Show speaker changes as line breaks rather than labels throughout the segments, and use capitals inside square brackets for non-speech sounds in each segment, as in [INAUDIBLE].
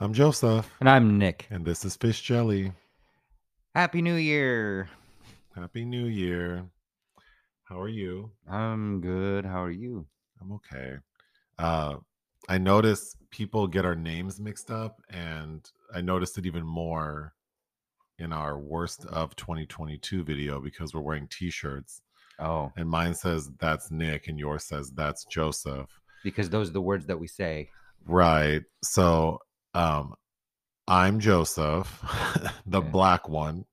I'm Joseph,
And I'm Nick.
and this is Fish Jelly.
Happy New Year.
Happy New Year. How are you?
I'm good. How are you?
I'm okay. Uh, I notice people get our names mixed up, and I noticed it even more in our worst of 2022 video because we're wearing t shirts,
Oh,
and mine says that's Nick, and yours says that's Joseph.
because those are the words that we say.
Right. So, um, I'm Joseph, [LAUGHS] the
Okay.
black one,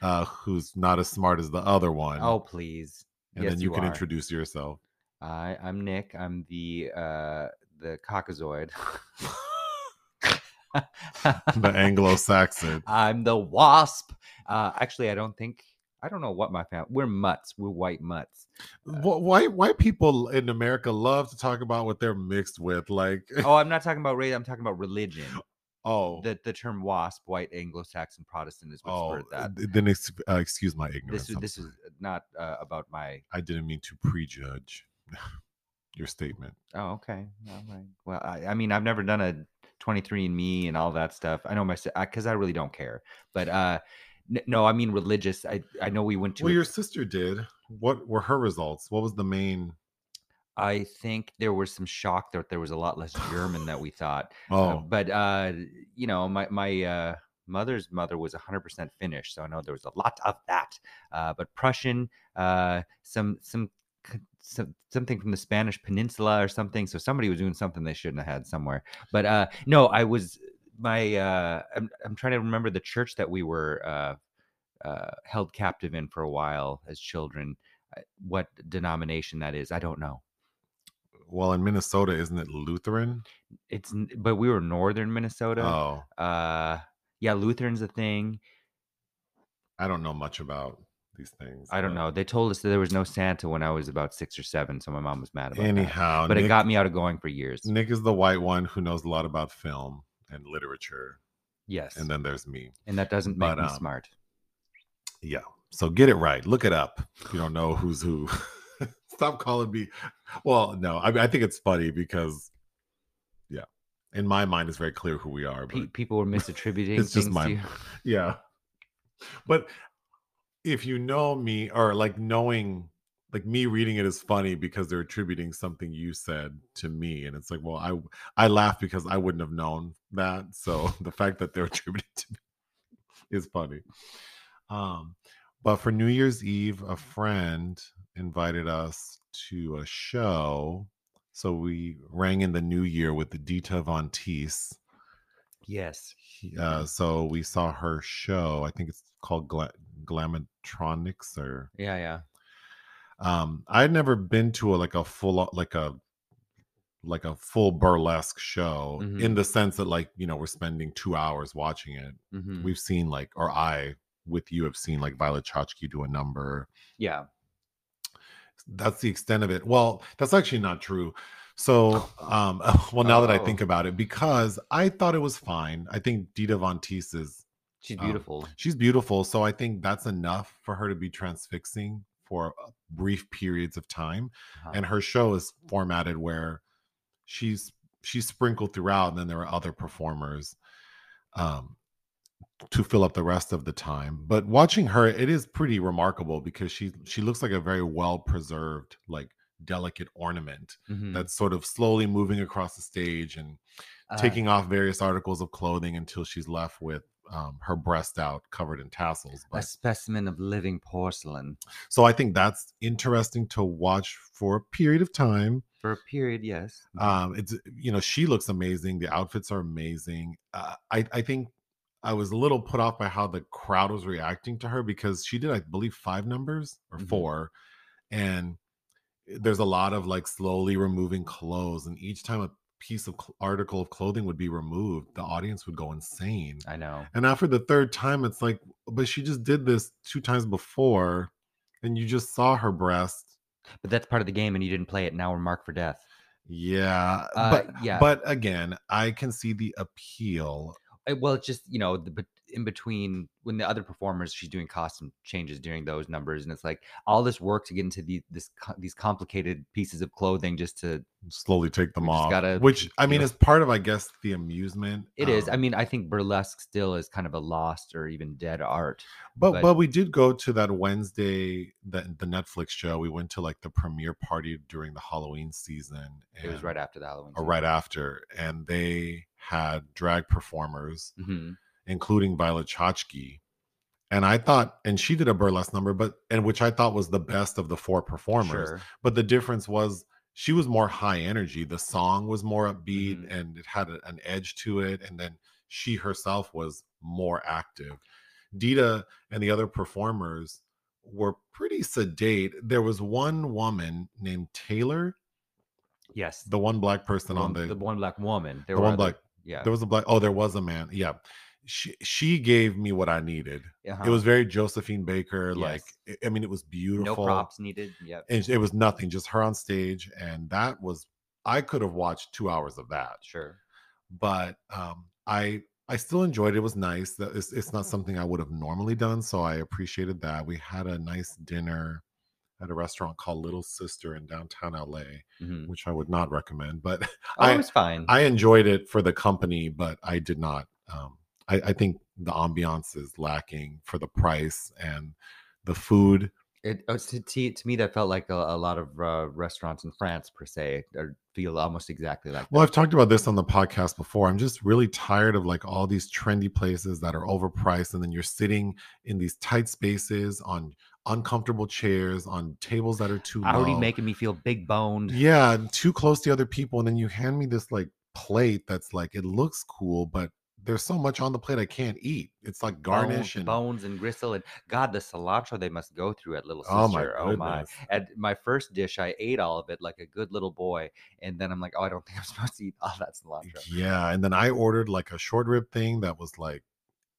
uh, who's not as smart as the other one.
Oh, please.
and
yes,
then you,
you
can
are.
introduce
[LAUGHS]
yourself.
I, I'm Nick. I'm the uh, the caucasoid. [LAUGHS]
The Anglo-Saxon.
I'm the wasp. Uh, actually, I don't think I don't know what my family. We're mutts. We're
[LAUGHS]
white mutts.
Wh- why? Why people in America love to talk about what they're mixed with? Like, [LAUGHS]
Oh, I'm not talking about race. I'm talking about religion.
oh,
The the term wasp, white Anglo-Saxon Protestant, is what
oh,
spurred that.
th- then ex- uh, excuse my ignorance.
This is
I'm
this is
sorry.
not uh, about my
I didn't mean to prejudge [SIGHS] your statement.
Oh, okay. All right. Well, I, I mean, I've never done a 23 and me and all that stuff. I know my because I, really don't care. But uh n- no, I mean religious. I I know we went to.
Well,
a-
your sister did. What were her results? What was the main?
I think there was some shock that there was a lot less German that we thought.
Oh,
Uh, but uh, you know, my my uh, mother's mother was 100% Finnish, so I know there was a lot of that. Uh, but Prussian, uh, some some. c- Some, something from the Spanish Peninsula or something. So somebody was doing something they shouldn't have had somewhere. But uh, no, I was my. Uh, I'm, I'm trying to remember the church that we were uh, uh, held captive in for a while as children. Uh, What denomination that is, I don't know.
well, in Minnesota, isn't it Lutheran?
It's n- but we were northern Minnesota.
Oh,
uh yeah lutherans a thing
I don't know much about these things.
i don't
but
know they told us that there was no santa when i was about six or seven so my mom was mad about that
Anyhow,
but
Nick,
it got me out of going for years
Nick is the white one who knows a lot about film and literature,
yes and,
and then there's me.
that doesn't make
but,
me
um,
smart
Yeah. So get it right. Look it up. if You don't know who's who. [LAUGHS] Stop calling me. Well, no, I, mean, I think it's funny because, yeah, in my mind, it's very clear who we are. But
Pe- people were misattributing
It's just
things
my- [LAUGHS]
to you [LAUGHS]
yeah but if you know me or like knowing like me reading it is funny because they're attributing something you said to me and it's like well i i laugh because i wouldn't have known that so [LAUGHS] the fact that they're attributing to me is funny um but for new year's eve a friend invited us to a show so we rang in the new year with the dita von teese
yes
he-
Mm-hmm.
uh, so we saw her show. I think it's called Gla- Glamatronics, or
yeah yeah
um, I'd never been to a, like a full like a like a full burlesque show
Mhm.
in the sense that like you know we're spending two hours watching it.
mhm.
We've seen like, or I with you have seen like Violet Chachki do a number.
yeah
That's the extent of it. Well, that's actually not true. So, um, [LAUGHS] well, now that I
Oh.
think about it, because I thought it was fine. I think Dita Von Teese is
she's
Um,
beautiful
she's beautiful so i think that's enough for her to be transfixing for uh, brief periods of time
Uh-huh.
and her show is formatted where she's she's sprinkled throughout and then there are other performers um to fill up the rest of the time but watching her it is pretty remarkable because she she looks like a very well preserved like delicate ornament
Mhm.
that's sort of slowly moving across the stage and
Uh,
taking off various articles of clothing until she's left with um, her breast out covered in tassels.
a
But
specimen of living porcelain
so I think that's interesting to watch for a period of time.
for a period yes
Um, it's you know she looks amazing. The outfits are amazing. Uh, I I think I was a little put off by how the crowd was reacting to her because she did I believe five numbers or
Mhm.
four, and there's a lot of like slowly removing clothes, and each time a piece of cl- article of clothing would be removed, the audience would go insane.
i know
And after the third time, it's like, but she just did this two times before, and you just saw her breast.
but that's part of the game and you didn't play it now we're marked for death
Yeah,
Uh,
but
yeah.
but again, I can see the appeal.
Uh, well it's just you know the, but in between when the other performers she's doing costume changes during those numbers and it's like all this work to get into the this co- these complicated pieces of clothing just to
slowly take them
We just
off.
gotta,
Which I
you
mean
know.
is part of, I guess, the amusement.
It is. I
um,
mean, I think burlesque still is kind of a lost or even dead art.
but,
but-
but we did go to that Wednesday the the Netflix show. We went to like the premiere party during the Halloween season.
It was
and-
right after the Halloween.
or right after, and they had drag performers,
hmm
including Violet Chachki. And I thought, and she did a burlesque number, but and which I thought was the best of the four performers.
Sure.
But the difference was she was more high energy. The song was more upbeat
Mhm.
and it had a- an edge to it. And then she herself was more active. Dita and the other performers were pretty sedate. There was one woman named Taylor,
Yes.
the one black person on
one-
the,
one black woman. There
the
were
one
other-
black
Yeah.
there was a black oh there was a man yeah she she gave me what i needed it
uh-huh.
was very josephine baker like
Yes.
I- i mean it was
no
beautiful
props needed. Yeah.
and it was nothing just her on stage and that was i could have watched two hours of that
Sure.
but um i i still enjoyed it, it was nice that it's, it's not something i would have normally done so i appreciated that we had a nice dinner at a restaurant called little sister in downtown la
Mhm.
which i would not recommend but [LAUGHS]
Oh,
I-
it was fine.
I enjoyed it for the company, but I did not. Um, I, I think the ambiance is lacking for the price and the food.
It, oh, to, to, to me, that felt like a, a lot of uh, restaurants in France per se or feel almost exactly like.
Well, I've talked about this on the podcast before. I'm just really tired of like all these trendy places that are overpriced, and then you're sitting in these tight spaces on uncomfortable chairs, on tables that are too
that. already
low.
making me feel big boned.
yeah, too close to other people, and then you hand me this like plate that's like it looks cool, but there's so much on the plate I can't eat. It's like
bone-
garnish and
bones and gristle and God, the cilantro they must go through at Little Sister.
oh my,
oh my!
goodness.
At my first dish, I ate all of it like a good little boy, and then I'm like, oh, I don't [LAUGHS] think I'm supposed to eat all that cilantro.
Yeah, and then I ordered like a short rib thing that was like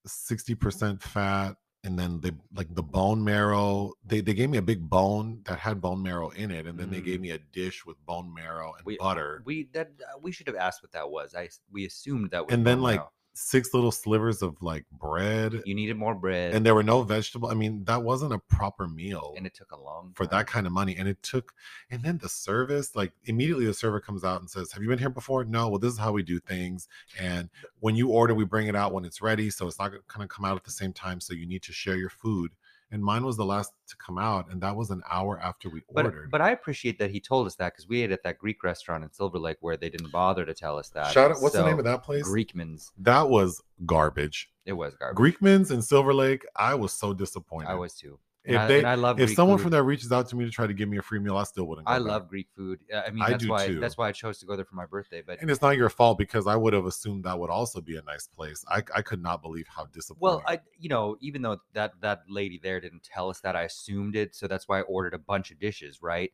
sixty percent fat, and then they like the bone marrow. They they gave me a big bone that had bone marrow in it, and then they gave me a dish with bone marrow and
Mm. We-
butter.
We that uh, we should have asked what that was. I s- we assumed that was.
And then,
bone
like,
marrow.
Six little slivers of like bread,
you needed more bread,
and there were no vegetable. I mean, that wasn't a proper meal
and it took a long
for
time.
that kind of money. And it took, and then the service, like immediately the server comes out and says, Have you been here before? No, well, this is how we do things. And when you order, we bring it out when it's ready. So it's not going to come out at the same time. So you need to share your food. And mine was the last to come out. And that was an hour after we
But,
ordered.
but I appreciate that he told us that because we ate at that Greek restaurant in Silver Lake where they didn't bother to tell us that.
shout out, what's the name of that place?
Greekman's.
that was garbage.
It was garbage.
Greekman's in Silver Lake. I was so disappointed.
I was too.
if
and, I,
they,
and I love
if
Greek
someone
food.
from there reaches out to me to try to give me a free meal, I still wouldn't. Go
I
back.
love Greek food. Uh, I mean,
I
that's
do
why
too.
that's why I chose to go there for my birthday. But
and it's not your fault because I would have assumed that would also be a nice place. I, I could not believe how disappointed.
well, I you know, even though that that lady there didn't tell us that, I assumed it. So that's why I ordered a bunch of dishes, right?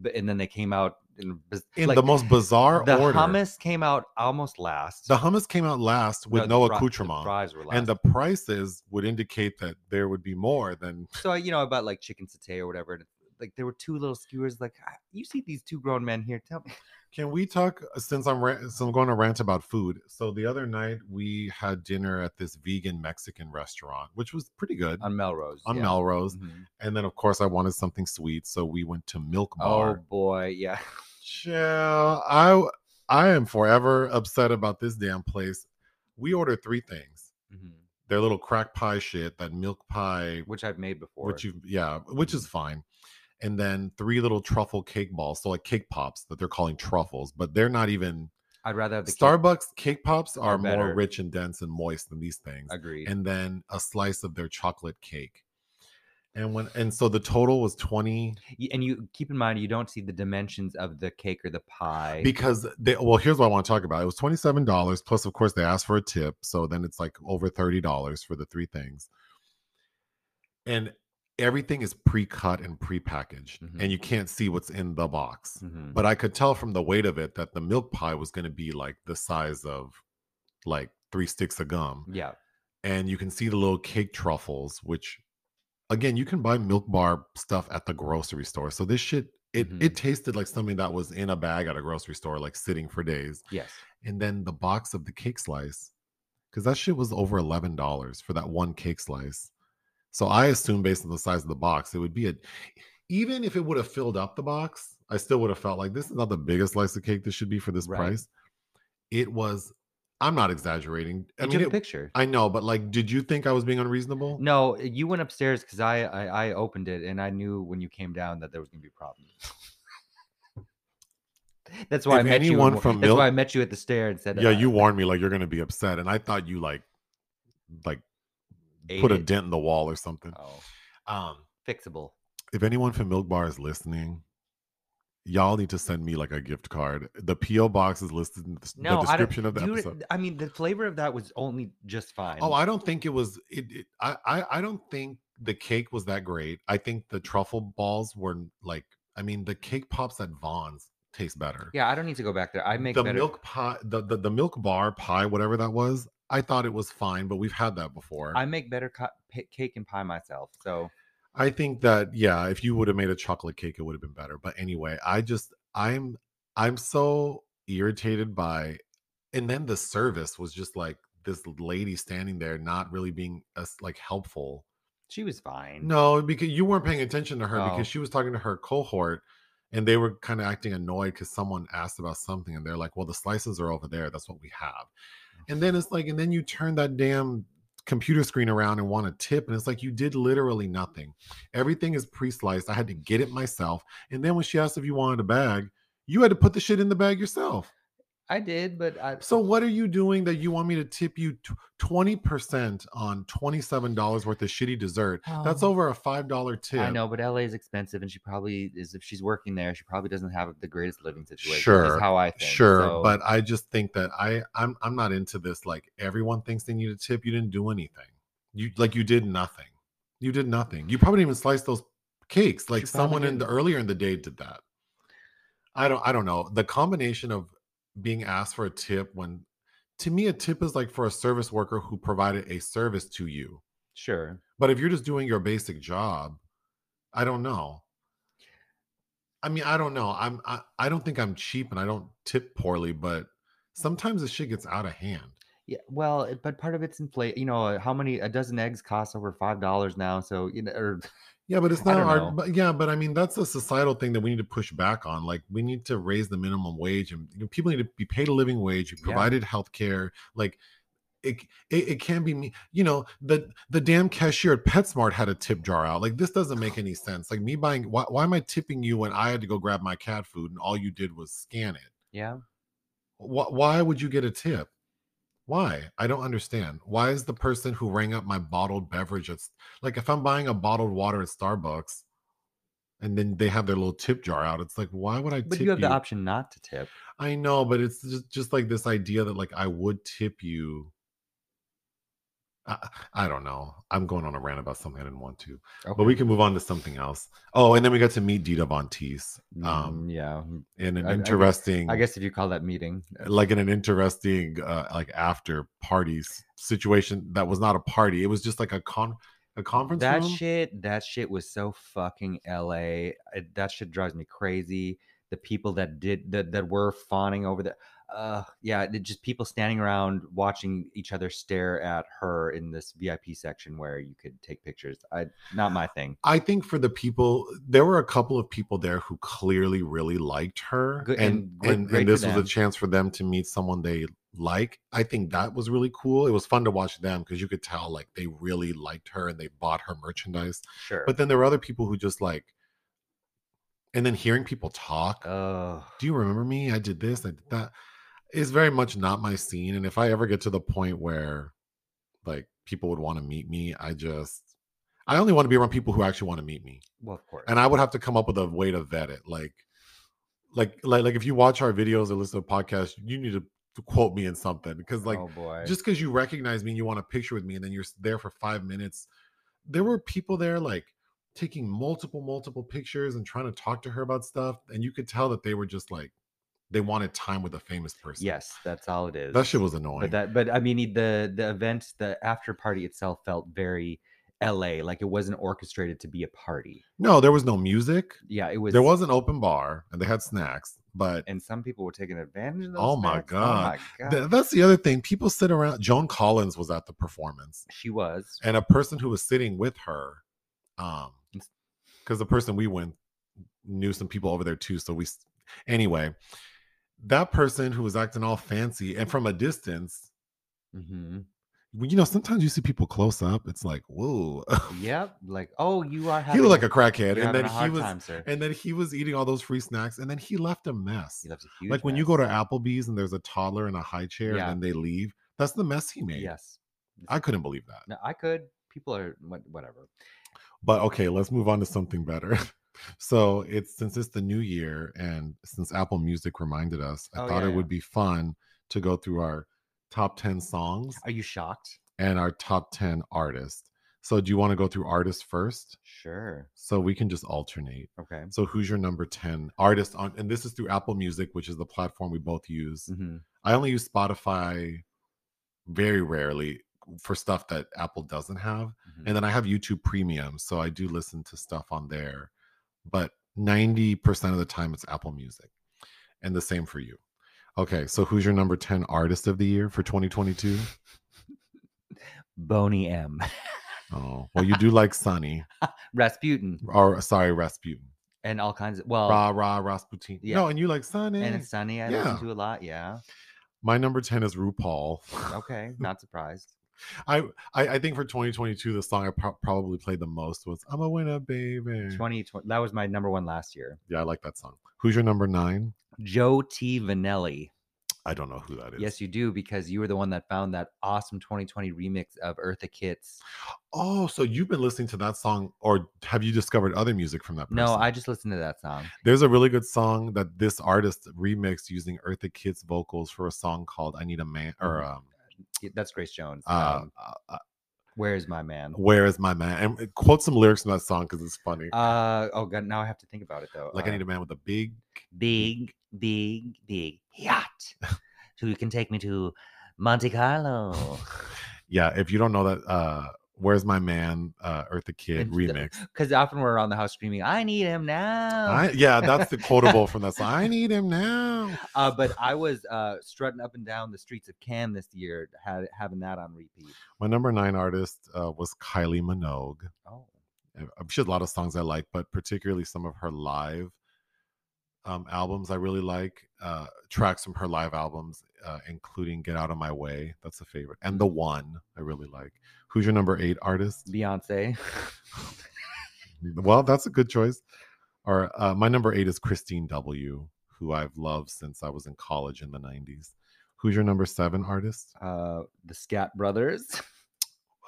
But and then they came out in, biz-
in
like,
the most bizarre
the
order.
hummus came out almost last.
the hummus came out last with
the
no,
fri- the
accoutrement,
fries were last.
and the prices would indicate that there would be more than.
so I- you know about like chicken satay or whatever. And like there were two little skewers. Like "Ah, you see these two grown men here. Tell
Mm-hmm.
me,
Can we talk? uh, Since I'm ra- so I'm going to rant about food. So the other night we had dinner at this vegan Mexican restaurant, which was pretty good
on Melrose.
on
yeah.
Melrose.
Mhm.
And then of course I wanted something sweet, so we went to Milk Bar.
Oh boy, yeah. [LAUGHS]
Child, I I am forever upset about this damn place. We ordered three things:
Mhm.
their little crack pie shit, that milk pie,
Which I've made before.
which you yeah, which is fine, and then three little truffle cake balls, so like cake pops that they're calling truffles, but they're not even.
I'd rather have the cake-
Starbucks cake pops
are
are more
better.
rich and dense and moist than these things,
Agreed.
and then a slice of their chocolate cake, and when and so the total was twenty
Y- and you keep in mind you don't see the dimensions of the cake or the pie.
because they well here's what i want to talk about it was $27 plus of course they asked for a tip so then it's like over $30 for the three things and everything is pre-cut and pre-packaged
Mhm.
and you can't see what's in the box
Mhm.
but i could tell from the weight of it that the milk pie was going to be like the size of like three sticks of gum
Yeah,
and you can see the little cake truffles which again you can buy milk bar stuff at the grocery store so this shit it it tasted like something that was in a bag at a grocery store like sitting for days
yes.
and then the box of the cake slice because that shit was over eleven dollars for that one cake slice. So I assume based on the size of the box, it would be a even if it would have filled up the box, I still would have felt like this is not the biggest slice of cake this should be for this
Right.
price. It was. I'm not exaggerating. I
I
mean,
took a
it,
picture.
I know, but like, did you think I was being unreasonable?
No, you went upstairs because I, I I opened it and I knew when you came down that there was gonna be a problem.
[LAUGHS]
that's why
If
I met you.
anyone
in-
from
[LAUGHS] that's
Mil-
why I met you at the stair and said,
yeah,
uh,
you warned me like you're gonna be upset, and I thought you like, like,
ate
put a
it.
dent in the wall or something.
Oh,
Um,
fixable.
if anyone from Milk Bar is listening, y'all need to send me like a gift card. The PO box is listed in the, s- the
No, I
description
don't,
of the
you-
episode.
I mean, the flavor of that was only just fine.
Oh, I don't think it was. It, it I, I I don't think the cake was that great. I think the truffle balls were like. I mean, the cake pops at Vaughn's taste better.
yeah, I don't need to go back there. I make
the
better.
milk pie, the, the the milk bar pie, whatever that was. I thought it was fine, but we've had that before.
I make better co- pa- cake and pie myself. So
I think that yeah, if you would have made a chocolate cake, it would have been better. But anyway, I just I'm I'm so irritated by, and then the service was just like this lady standing there, not really being as like helpful.
she was fine.
No, because you weren't paying attention to her
Oh.
because she was talking to her cohort, and they were kind of acting annoyed because someone asked about something, and they're like, "Well, the slices are over there. That's what we have." And then
Mm-hmm.
it's like, and then you turn that damn computer screen around and want a tip and it's like you did literally nothing everything is pre-sliced i had to get it myself and then when she asked if you wanted a bag you had to put the shit in the bag yourself
I did, but I,
so what are you doing that you want me to tip you tw- 20% on $27 worth of shitty dessert that's
Oh.
over a $5 tip
I know, but LA is expensive, and she probably is. If she's working there, she probably doesn't have the greatest living situation. is
Sure,
how I think.
sure
So,
but i just think that i I'm, I'm not into this like everyone thinks they need a tip you didn't do anything you like you did nothing you did nothing you probably didn't even slice those cakes like
You probably
someone in the
didn't.
earlier in the day did that i don't i don't know the combination of being asked for a tip when to me a tip is like for a service worker who provided a service to you
sure,
but if you're just doing your basic job, I don't know. I mean, I don't know. I'm I, I don't think I'm cheap and I don't tip poorly, but sometimes the shit gets out of hand.
yeah. Well, it- but part of it's inflate. You know, uh, how many a dozen eggs cost over five dollars now? So you know, or
Yeah, but it's
I
not
don't
our
know.
but yeah, but I mean that's a societal thing that we need to push back on. Like we need to raise the minimum wage and you know, people need to be paid a living wage, you
Yeah.
provided health care, like it, it it can be me, you know, the the damn cashier at PetSmart had a tip jar out. Like this doesn't make any sense. Like me buying why, why am I tipping you when I had to go grab my cat food and all you did was scan it?
yeah,
Why, why would you get a tip? Why? I don't understand. Why is the person who rang up my bottled beverage? It's like if I'm buying a bottled water at Starbucks, and then they have their little tip jar out. It's like, why would I
but
tip
you have
you?
the option not to tip.
I know, but it's just, just like this idea that like I would tip you. I, I don't know. I'm going on a rant about something I didn't want to, but we can move on to something else. Oh, and then we got to meet Dita Von Teese,
Okay.
um,
Mm, yeah,
in an
I- I guess-
interesting
I guess if you call that meeting, uh,
like in an interesting uh like after party s- situation that was not a party it was just like a con a conference
that
room
shit that shit was so fucking la I- that shit drives me crazy the people that did that that were fawning over the uh yeah it just people standing around watching each other stare at her in this vip section where you could take pictures i not my thing
i think for the people there were a couple of people there who clearly really liked her
Good-
and
and
and,
great-
and
great for
this was a
them.
chance for them to meet someone they like i think that was really cool it was fun to watch them because you could tell like they really liked her and they bought her merchandise
sure
but then there were other people who just like and then hearing people talk
oh
do you remember me? I did this, I did that. It's very much not my scene. And if I ever get to the point where like people would want to meet me, I just I only want to be around people who actually want to meet me.
well of course
And I would have to come up with a way to vet it. Like like like like if you watch our videos or listen to podcasts, you need to quote me in something because like
oh boy
just because you recognize me and you want a picture with me and then you're s- there for five minutes there were people there like taking multiple multiple pictures and trying to talk to her about stuff and you could tell that they were just like they wanted time with a famous person
yes that's all it is
that shit was annoying
but that but i mean it- the the event the after party itself felt very la like it wasn't orchestrated to be a party
no there was no music
yeah it was
there was an open bar and they had snacks But
and some people were taking advantage of those.
Oh my
facts.
God.
Oh my god!
th- that's the other thing. People sit around. Joan Collins was at the performance,
she was.
and a person who was sitting with her, um, because the person we went knew some people over there too. So we, s- anyway, that person who was acting all fancy and from a distance. [LAUGHS]
hmm
well, You know, sometimes you see people close up. It's like, whoa, [LAUGHS]
Yep. Like, oh, you are.
he
Having
looked like
a-
a crackhead.
you're
And
having
then
a
he
hard
was,
time, sir.
and then he was eating all those free snacks, and then he left a mess.
He left a huge
like when you go to
mess.
Applebee's and there's a toddler in a high chair
Yeah.
and then they leave. That's the mess he made.
Yes.
I couldn't believe that.
No, I could. People are what- whatever.
But okay, let's move on to something better. [LAUGHS] so it's since it's the new year and since Apple Music reminded us, I
Oh,
thought
yeah,
it
yeah.
would be fun to go through our top 10 songs
Are you shocked?
and our top 10 artists. So do you want to go through artists first?
Sure.
So we can just alternate.
Okay.
So who's your number 10 artist on and this is through Apple Music, which is the platform we both use.
hmm
I only use Spotify very rarely for stuff that Apple doesn't have.
Mm-hmm.
And then I have YouTube Premium, so I do listen to stuff on there. But 90% of the time it's Apple Music. And the same for you. Okay, so who's your number 10 artist of the year for 2022?
Boney M. [LAUGHS]
Oh, well, you do like Sunny
Rasputin
or sorry,
[LAUGHS]
Rasputin.
and all kinds of well
Rah, rah, Rasputin.
Oh. yeah.
No, and you like Sunny.
and it's sunny. I
Yeah.
listen to a lot. Yeah.
My number 10 is RuPaul.
Okay. Not surprised.
[LAUGHS] I, I I think for 2022, the song I pro- probably played the most was "I'm a Winner, Baby."
Twenty twenty. That was my number one last year.
Yeah, I like that song. Who's your number nine?
Joe T. Vanelli.
I don't know who that is.
Yes, you do because you were the one that found that awesome 2020 remix of Eartha Kitt's.
Oh, so you've been listening to that song, or have you discovered other music from that person?
No, I just listened to that song.
There's a really good song that this artist remixed using Eartha Kitt's vocals for a song called "I Need a Man" or um,
Y- Mm-hmm. That's Grace Jones.
uh,
um,
uh, uh,
Where is my man?
"Where Is My Man?" And uh, quote some lyrics from that song because it's funny.
Uh oh god, now I have to think about it though.
like [LAUGHS]
uh,
I need a man with a big.
big, big, big yacht who can take me to Monte Carlo.
[LAUGHS] Yeah, if you don't know that, uh, "Where's My Man?" Uh, Eartha Kitt
It's the-
remix.
[LAUGHS] Because often we're around the house screaming, I need him now.
I, yeah, that's the quotable from
[LAUGHS]
that song. I need him now.
uh, but I was uh, strutting up and down the streets of Cannes this year, had, having that on repeat.
My number nine artist uh, was Kylie Minogue.
Oh,
Uh, She had a lot of songs I like, but particularly some of her live um, albums I really like. Uh, tracks from her live albums, uh, including "Get Out of My Way," that's a favorite, and "The One" I really like. Who's your number eight artist?
Beyonce. [LAUGHS]
Well, that's a good choice. Or uh, my number eight is Christine W, who I've loved since I was in college in the '90s. Who's your number seven artist?
Uh, the Scat Brothers.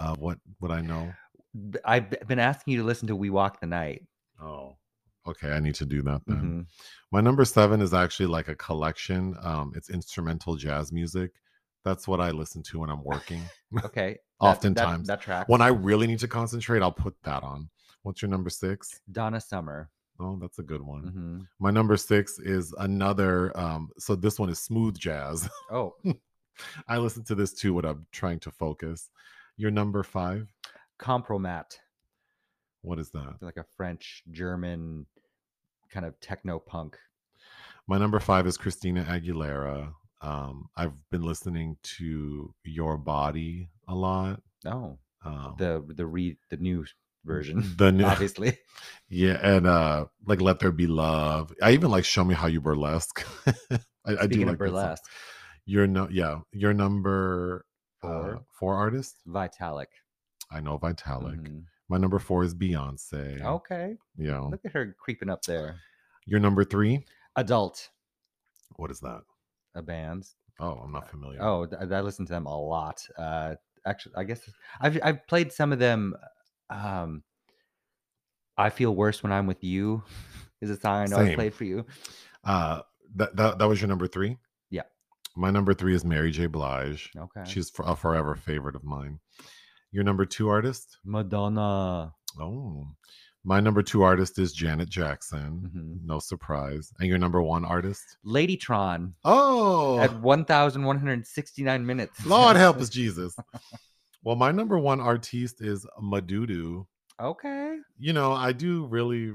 Uh, what would I know?
B- I've b- been asking you to listen to We Walk the Night.
Oh, okay. I need to do that then.
Mhm.
My number seven is actually like a collection. Um, it's instrumental jazz music. That's what I listen to when I'm working. [LAUGHS]
Mm-hmm. Okay.
Oftentimes,
That, that, that track.
when I really need to concentrate, I'll put that on. What's your number six?
Donna Summer.
Oh, that's a good one.
Mhm.
My number six is another. Um, so this one is smooth jazz. [LAUGHS]
Oh,
Hmm. I listen to this too when I'm trying to focus. Your number five?
Compromat.
What is that?
like a French German kind of techno punk.
My number five is Christina Aguilera. Um, I've been listening to Your Body a lot.
No,
Um,
Oh. the the re the new
[LAUGHS]
version,
The new,
obviously.
yeah, and uh, like let there be love. I even like show me how you burlesque. [LAUGHS] I, I do
Speaking
like
of
that song.
burlesque,
Your no, yeah, your number four, uh,
Four.
four artist.
Vitalik.
I know Vitalik.
Mhm.
My number four is Beyonce.
Okay,
yeah.
look at her creeping up there.
Your number three.
Adult,
What is that?
a band.
Oh, I'm not familiar.
Oh, th- I listen to them a lot. Uh, actually, I guess I've I've played some of them. Um, I feel worse when I'm with you. [LAUGHS] Is a song I know I
Same.
played for you.
uh, that that that was your number three.
Yeah.
My number three is Mary J. Blige.
Okay,
She's for, a forever favorite of mine. Your number two artist.
Madonna.
Oh, my number two artist is Janet Jackson.
Mhm.
No surprise. And your number one artist?
Ladytron. at
[LAUGHS] Oh,
1,169 minutes.
Lord help us, Jesus. [LAUGHS] Well, my number one artiste is Madudu.
[LAUGHS] Okay.
You know, I do really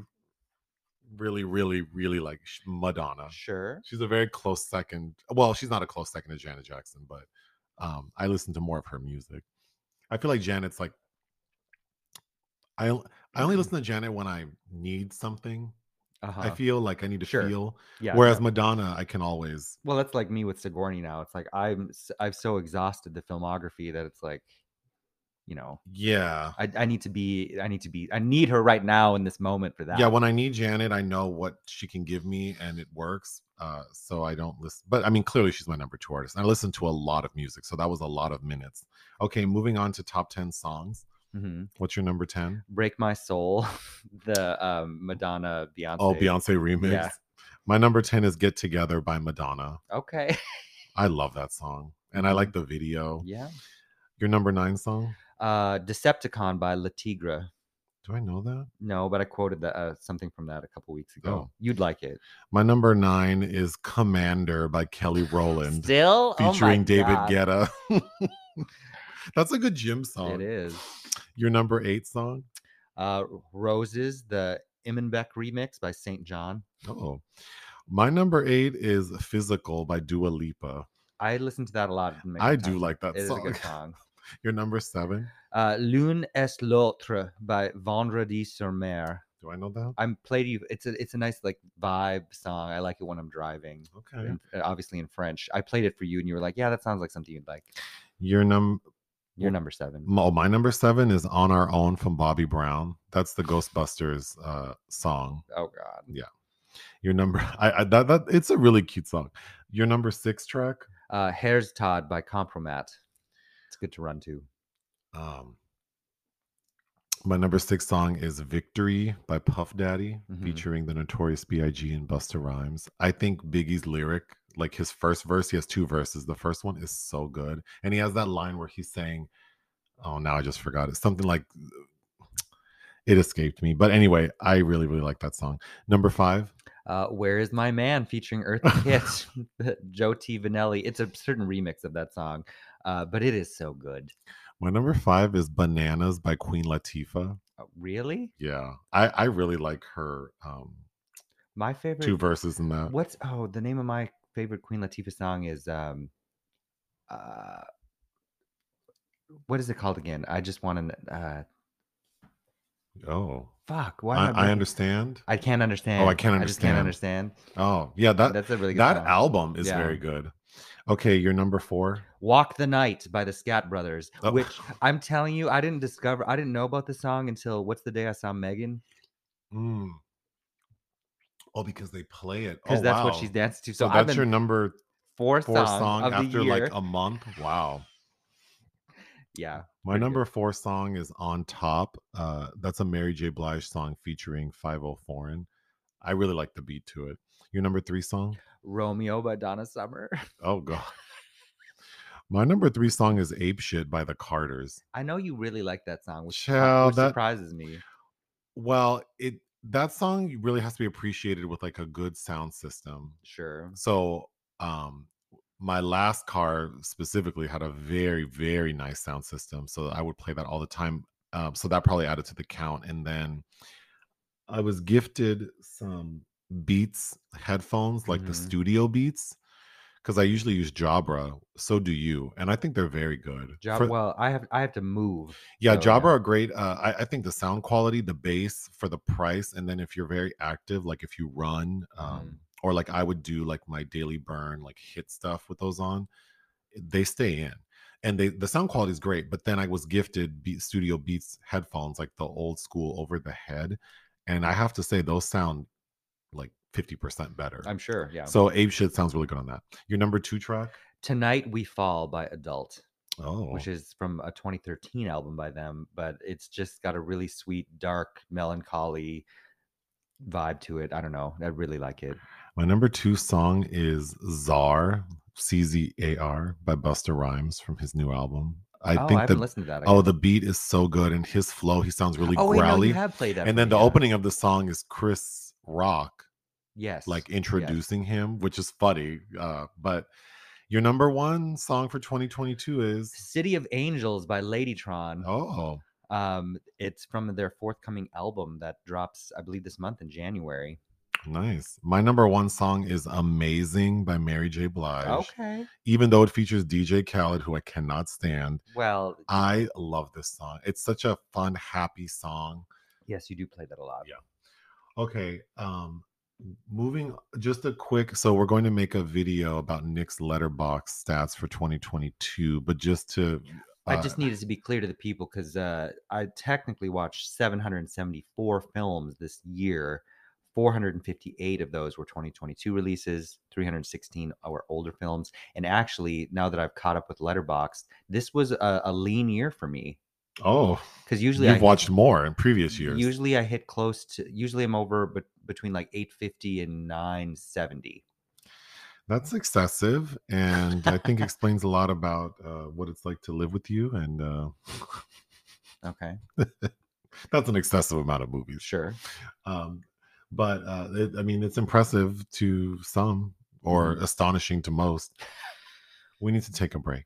really, really, really like sh- Madonna.
Sure.
She's a very close second. Well, she's not a close second to Janet Jackson, but um, I listen to more of her music. I feel like Janet's like I o- I only
Mhm.
listen to Janet when I need something.
Uh-huh.
I feel like I need to
Sure.
feel.
yeah.
Whereas Madonna, I can always.
well, that's like me with Sigourney now. It's like I'm s- I've so exhausted the filmography that it's like, you know,
Yeah.
I, I need to be I need to be I need her right now in this moment for that.
Yeah, when I need Janet, I know what she can give me and it works. Uh, so I don't listen. But I mean, clearly she's my number two artist. And I listen to a lot of music. So that was a lot of minutes. Okay, moving on to top 10 songs.
hmm
What's your number 10?
Break my soul, [LAUGHS] the um, Madonna Beyonce.
Oh, Beyonce remix.
Yeah.
My number 10 is Get Together by Madonna.
Okay. [LAUGHS]
I love that song. And I like the video.
Mm-hmm. yeah.
Your number nine song?
Uh, Decepticon by Latigra.
Do I know that?
No, but I quoted that, uh, something from that a couple weeks ago.
Oh.
You'd like it.
My number nine is Commander by
[LAUGHS]
Kelly Rowland.
Still Oh my
featuring David
God.
Guetta. [LAUGHS] That's a good gym song.
It is.
Your number eight song.
Uh, Roses, the Immenbeck remix by St. John.
Oh, my number eight is "Physical" by Dua Lipa.
I listen to that a lot. in my
I
free
do
time.
like that
It is a
song. [LAUGHS]
good song.
Your number seven.
Uh, L'une est l'autre by Vendredi sur Mer.
Do I know that?
I'm played you. It's a it's a nice like vibe song. I like it when I'm driving.
Okay.
in- uh, obviously in French. I played it for you, and you were like, "Yeah, that sounds like something you'd like."
Your num.
You're
Well,
number seven.
Oh, my number seven is "On Our Own" from Bobby Brown. That's the Ghostbusters uh, song.
Oh God.
Your number. [LAUGHS] I, I that that it's a really cute song. Your number six track.
Uh, Hair's Todd by Compromat. It's good to run to.
Um, my number six song is "Victory" by Puff Daddy,
Mhm.
featuring the Notorious B.I.G. and Busta Rhymes. I think Biggie's lyric, like his first verse, he has two verses. The first one is so good, and he has that line where he's saying, "Oh, now I just forgot it." Something like it escaped me, but anyway, I really, really like that song. Number five,
Uh, Where is my man featuring Earth Kit, [LAUGHS] Joe T. Vanelli. It's a certain remix of that song, uh, but it is so good.
my number five is "Bananas" by Queen Latifah.
Uh, really,
Yeah, I I really like her um
my favorite.
two verses in that.
What's oh the name of my favorite Queen Latifah song is um, uh, what is it called again? I just want to uh,
Oh.
fuck. Why
I,
am
I
blanking-
understand.
I can't understand.
can't
I just can't
understand.
understand.
Oh, yeah, that
That's a really good
that
song.
album is
Yeah.
very good. Okay, your number four.
Walk the Night by the Scat Brothers,
Oh,
which I'm telling you, I didn't discover, I didn't know about this song until what's the day I saw Megan?
Mm. Oh, because they play it.
Because
oh,
that's what
wow.
she's dancing to. So,
So,
I've
that's
been
your number
four,
four
song,
song
of
after
the year.
like a month. Wow.
yeah.
My
Pretty good.
number four song is On Top. Uh, that's a Mary J. Blige song featuring 504. Foreign. I really like the beat to it. Your number three song?
Romeo by Donna Summer. [LAUGHS]
Oh god. [LAUGHS] My number three song is Ape Shit by the Carters.
I know you really like that song, which, su-
Child,
which
that-
surprises me.
Well, it that song really has to be appreciated with like a good sound system.
Sure.
So, um my last car specifically had a very very nice sound system, so I would play that all the time. Um, so that probably added to the count and then I was gifted some Beats headphones like the
Mhm.
Studio Beats cuz I usually use Jabra, so do you, and I think they're very good.
Job,
For-
well, I have I have to move.
yeah,
So,
Jabra
yeah.
are great. Uh, I, I think the sound quality, the bass for the price, and then if you're very active, like if you run, um,
Mhm.
or like I would do like my daily burn, like hit stuff with those on, eh, they stay in, and they the sound quality is great. But then I was gifted Beat Studio Beats headphones, like the old school over the head, and I have to say those sound like fifty percent better.
I'm sure. Yeah.
so Ape Shit sounds really good on that. Your number two track,
Tonight We Fall by Adult.
oh,
which is from a 2013 album by them, but it's just got a really sweet, dark, melancholy vibe to it. I don't know. I really like it.
My number two song is Czar, C Z A R, by Buster Rhymes from his new album. I
oh, I
think
haven't
the
listened to that. I
oh
guess.
the beat is so good and his flow he sounds really
oh, wait, no,
growly.
you have played that.
and
for
then
me,
the
yeah.
opening of the song is Chris Rock
yes,
like introducing him, which is funny. Uh, but your number one song for 2022 is
City of Angels by Ladytron.
oh
Um, it's from their forthcoming album that drops, I believe, this month in January.
Nice. My number one song is Amazing by Mary J. Blige.
Okay.
Even though it features DJ Khaled, who I cannot stand,
Well,
I love this song. It's such a fun, happy song.
yes, you do play that a lot.
Yeah. Okay. Um moving just a quick so we're going to make a video about Nick's letterbox stats for 2022, but just to
I
uh,
just needed to be clear to the people because uh, I technically watched 774 films this year. 458 of those were 2022 releases, 316 are older films. And actually, now that I've caught up with Letterboxd, this was a, a lean year for me
Oh,
because usually
you've
I,
watched more in previous years.
Usually I hit close to, usually I'm over but between like 850 and 970.
That's excessive, and I
[LAUGHS]
think explains a lot about uh, what it's like to live with you. And uh, [LAUGHS]
Okay,
that's an excessive amount of movies.
sure.
Um, but uh, it, I mean, it's impressive to some or
Mm-hmm.
astonishing to most. We need to take a break.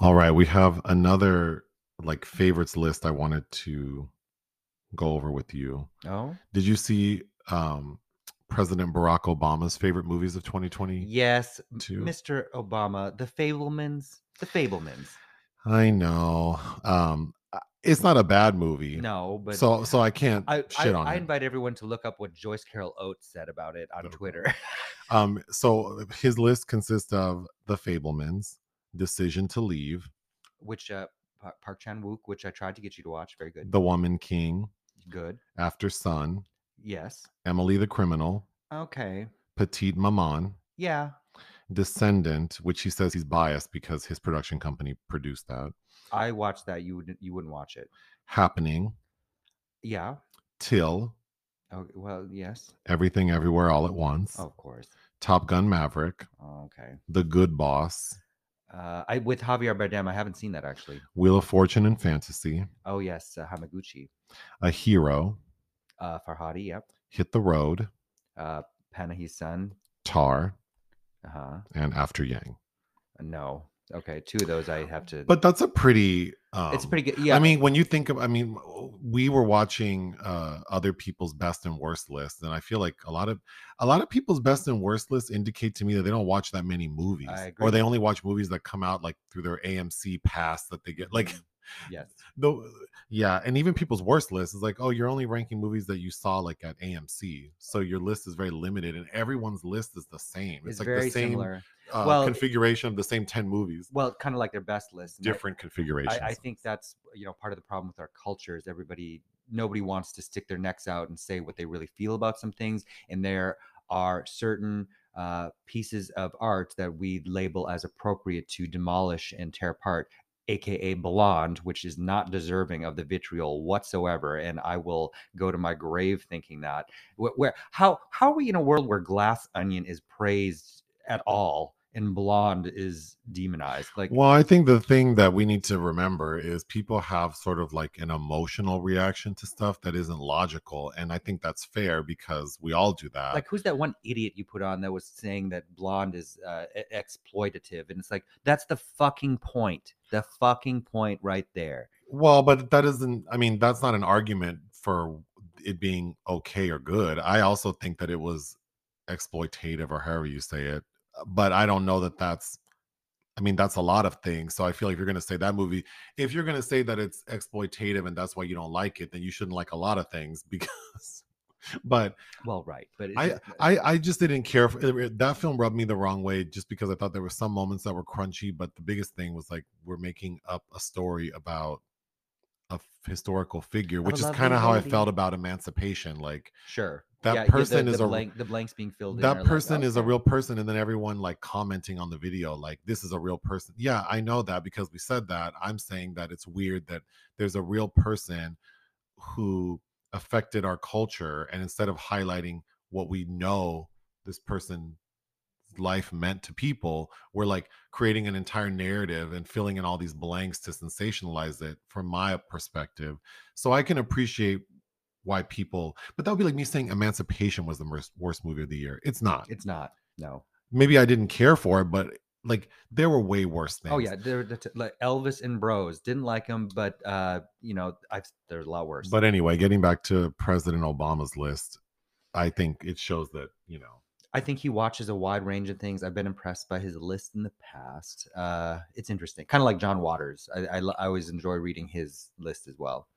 All right, we have another like favorites list I wanted to go over with you.
Oh,
Did you see um, President Barack Obama's favorite movies of 2020?
yes, m-
Two.
Mr. Obama, the Fablemans, the Fablemans.
I know. Um, uh, it's not a bad movie.
No, but
so so I can't
I, I,
shit on
I
it.
invite everyone to look up what Joyce Carol Oates said about it on
Okay.
Twitter. [LAUGHS]
Um, so his list consists of The Fablemans, Decision to Leave,
which uh, Pa- Park Chan Wook, which I tried to get you to watch. Very good.
The Woman King,
Good.
After Sun,
Yes.
Emily the Criminal,
Okay.
Petite Maman,
Yeah.
Descendant, which he says he's biased because his production company produced that,
I watched that. You wouldn't. You wouldn't watch it.
Happening,
Yeah.
Till,
Oh, well, yes. oh,
Everything Everywhere All at Once,
Of course.
Top Gun Maverick,
Okay.
The Good Boss,
Uh, I with Javier Bardem. I haven't seen that actually.
Wheel of Fortune and Fantasy,
Oh yes, uh, Hamaguchi,
A Hero,
uh, Farhadi. Yep.
Hit the Road,
Uh, Panahi's son.
Tar,
Uh huh.
and After Yang.
No. Okay. Two
[SIGHS]
of those I have to.
But that's a pretty. Um,
it's pretty good. Yeah.
I mean, when you think of, I mean, w- we were watching uh, other people's best and worst lists, and I feel like a lot of a lot of people's best and worst lists indicate to me that they don't watch that many movies,
agree.
or they only watch movies that come out like through their AMC pass that they get. Like, [LAUGHS]
Mhm. yes.
the yeah, and even people's worst lists is like, oh, you're only ranking movies that you saw like at AMC, so your list is very limited, and everyone's list is the same. It's,
It's,
like
very
the same
similar.
uh,
Well, it-
configuration of the same ten movies,
Well, kind of like their best list. and I-
different configurations.
I, I think that's you know part of the problem with our culture is everybody nobody wants to stick their necks out and say what they really feel about some things, and there are certain uh, pieces of art that we label as appropriate to demolish and tear apart. AKA Blonde, which is not deserving of the vitriol whatsoever, and I will go to my grave thinking that. Where, where how how are we in a world where Glass Onion is praised at all and Blonde is demonized? Like,
Well, I think the thing that we need to remember is people have sort of like an emotional reaction to stuff that isn't logical. And I think that's fair because we all do that.
like who's that one idiot you put on that was saying that blonde is uh, e- exploitative and it's like that's the fucking point the fucking point right there
well, but that isn't, I mean, that's not an argument for it being okay or good. I also think that it was exploitative or however you say it. uh, But I don't know that that's, I mean, that's a lot of things. So I feel like you're going to say that movie, if you're going to say that it's exploitative and that's why you don't like it, then you shouldn't like a lot of things [LAUGHS] because, but
well right but it's just-
I, I just didn't care for it- that film rubbed me the wrong way just because I thought there were some moments that were crunchy, but the biggest thing was like we're making up a story about a f- historical figure, which is
lovely
kind of how I
lady.
felt about emancipation. Like
sure
that
the-
person
the,
is a-
blank the blanks being filled in are
that
like,
person is a
okay.
real person, and then everyone like commenting on the video, like this is a real person. Yeah, I know that because we said that. I'm saying that it's weird that there's a real person who affected our culture and instead of highlighting what we know this person's life meant to people we're like creating an entire narrative and filling in all these blanks to sensationalize it from my perspective so i can appreciate why people but that would be like me saying emancipation was the worst, worst movie of the year it's not
It's not. No.
maybe i didn't care for it but like there were way worse things
Oh yeah, there, that's, like Elvis and Bros didn't like him, but uh, you know, I've there's a lot worse.
But anyway, getting back to President Obama's list, I think it shows that, you know,
I think he watches a wide range of things. I've been impressed by his list in the past. Uh, it's interesting, kind of like John Waters. I, I, lo- I always enjoy reading his list as well.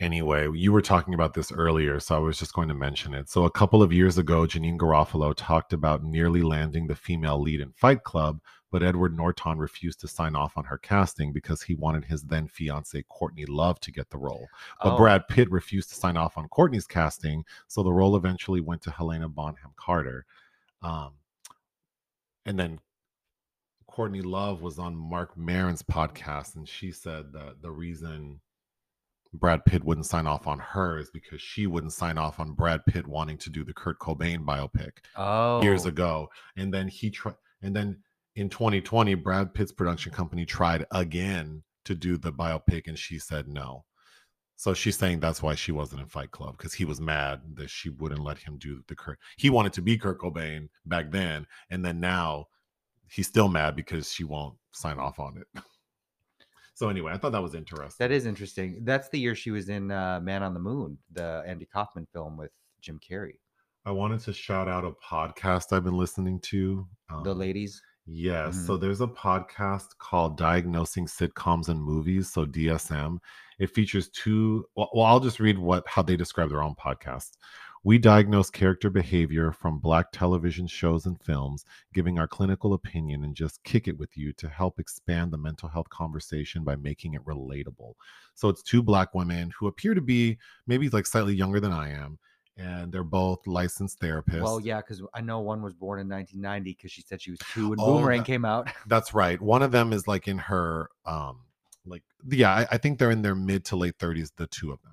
anyway, you were talking about this earlier, so I was just going to mention it. So a couple of years ago, Janine Garofalo talked about nearly landing the female lead in Fight Club, but Edward Norton refused to sign off on her casting because he wanted his then fiance Courtney Love to get the role. But
Oh,
Brad Pitt refused to sign off on Courtney's casting, so the role eventually went to Helena Bonham Carter. Um, and then Courtney Love was on Mark Marin's podcast, and she said that the reason Brad Pitt wouldn't sign off on her is because she wouldn't sign off on Brad Pitt wanting to do the Kurt Cobain biopic
oh,
years ago. And then he tried, and then in 2020, Brad Pitt's production company tried again to do the biopic, and she said no. So she's saying that's why she wasn't in Fight Club because he was mad that she wouldn't let him do the Kurt. He wanted to be Kurt Cobain back then, and then now he's still mad because she won't sign off on it. [LAUGHS] So anyway, I thought that was interesting.
That is interesting. That's the year she was in uh, Man on the Moon, the Andy Kaufman film with Jim Carrey.
I wanted to shout out a podcast I've been listening to.
the
um,
ladies.
Yes. So there's a podcast called Diagnosing Sitcoms and Movies, so DSM. It features two well, well, I'll just read what how they describe their own podcast. We diagnose character behavior from black television shows and films, giving our clinical opinion and just kick it with you to help expand the mental health conversation by making it relatable. So it's two black women who appear to be maybe like slightly younger than I am, and they're both licensed therapists.
Well, yeah, because I know one was born in 1990 because she said she was two when
Oh,
Boomerang
that-
came out. [LAUGHS]
That's right. One of them is like in her um like yeah, I, I think they're in their mid to late 30s, the two of them.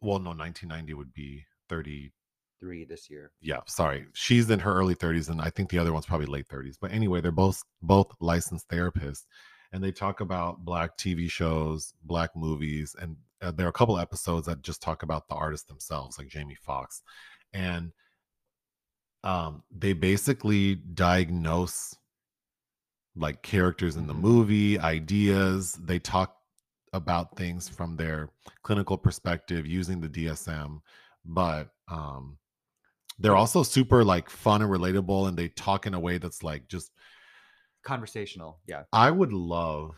Well, no, 1990 would be 30.
Three this year.
Yeah, sorry. She's in her early 30s and I think the other one's probably late 30s. But anyway, they're both both licensed therapists and they talk about black TV shows, black movies and uh, there are a couple episodes that just talk about the artists themselves like Jamie Foxx and um they basically diagnose like characters in the
Mhm.
movie, ideas. They talk about things from their clinical perspective using the DSM, but um they're also super like fun and relatable and they talk in a way that's like just
Conversational. Yeah.
I would love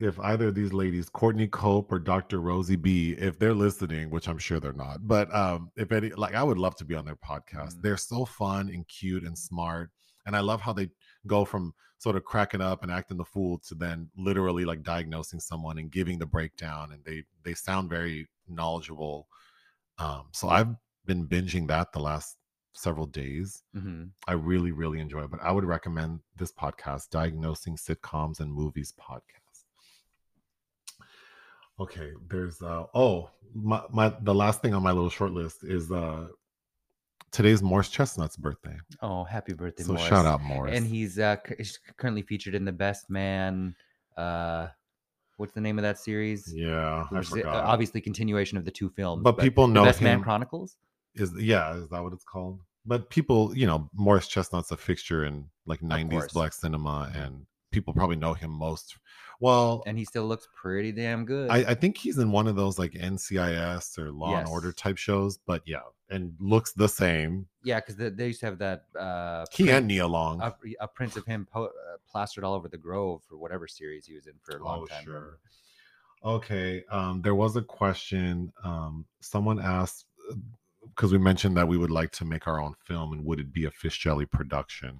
if either of these ladies, Courtney Cope or Dr. Rosie B, if they're listening, which I'm sure they're not, but um, if any, like I would love to be on their podcast.
Mhm.
They're so fun and cute and smart, and I love how they go from sort of cracking up and acting the fool to then literally like diagnosing someone and giving the breakdown, and they they sound very knowledgeable. Um, so I've been binging that the last several days.
hmm
I really, really enjoy it. But I would recommend this podcast, Diagnosing Sitcoms and Movies Podcast. Okay, there's uh oh my, my the last thing on my little short list is uh today's Morris Chestnut's birthday.
Oh, happy birthday,
so
Morris.
shout out Morris.
And he's uh, cu- he's currently featured in the Best Man. Uh, what's the name of that series?
yeah, I
Which is, uh,
forgot.
obviously continuation of the two films.
but people
The
know
Best Man
him
Chronicles.
is yeah, is that what it's called? But people, you know, Morris Chestnut's a fixture in like 90s
course.
black cinema and people probably know him most. Well,
And he still looks pretty damn good.
I, I think he's in one of those like NCIS or Law and Order
Yes.
type shows, but yeah, and looks the same.
yeah, because they, they used to have that uh,
He
print-
and Nia Long.
a, a print of him po- uh, plastered all over the Grove for whatever series he was in for a long
Oh,
time.
sure. Okay. Um, there was a question. Um, someone asked because we mentioned that we would like to make our own film, and would it be a fish jelly production?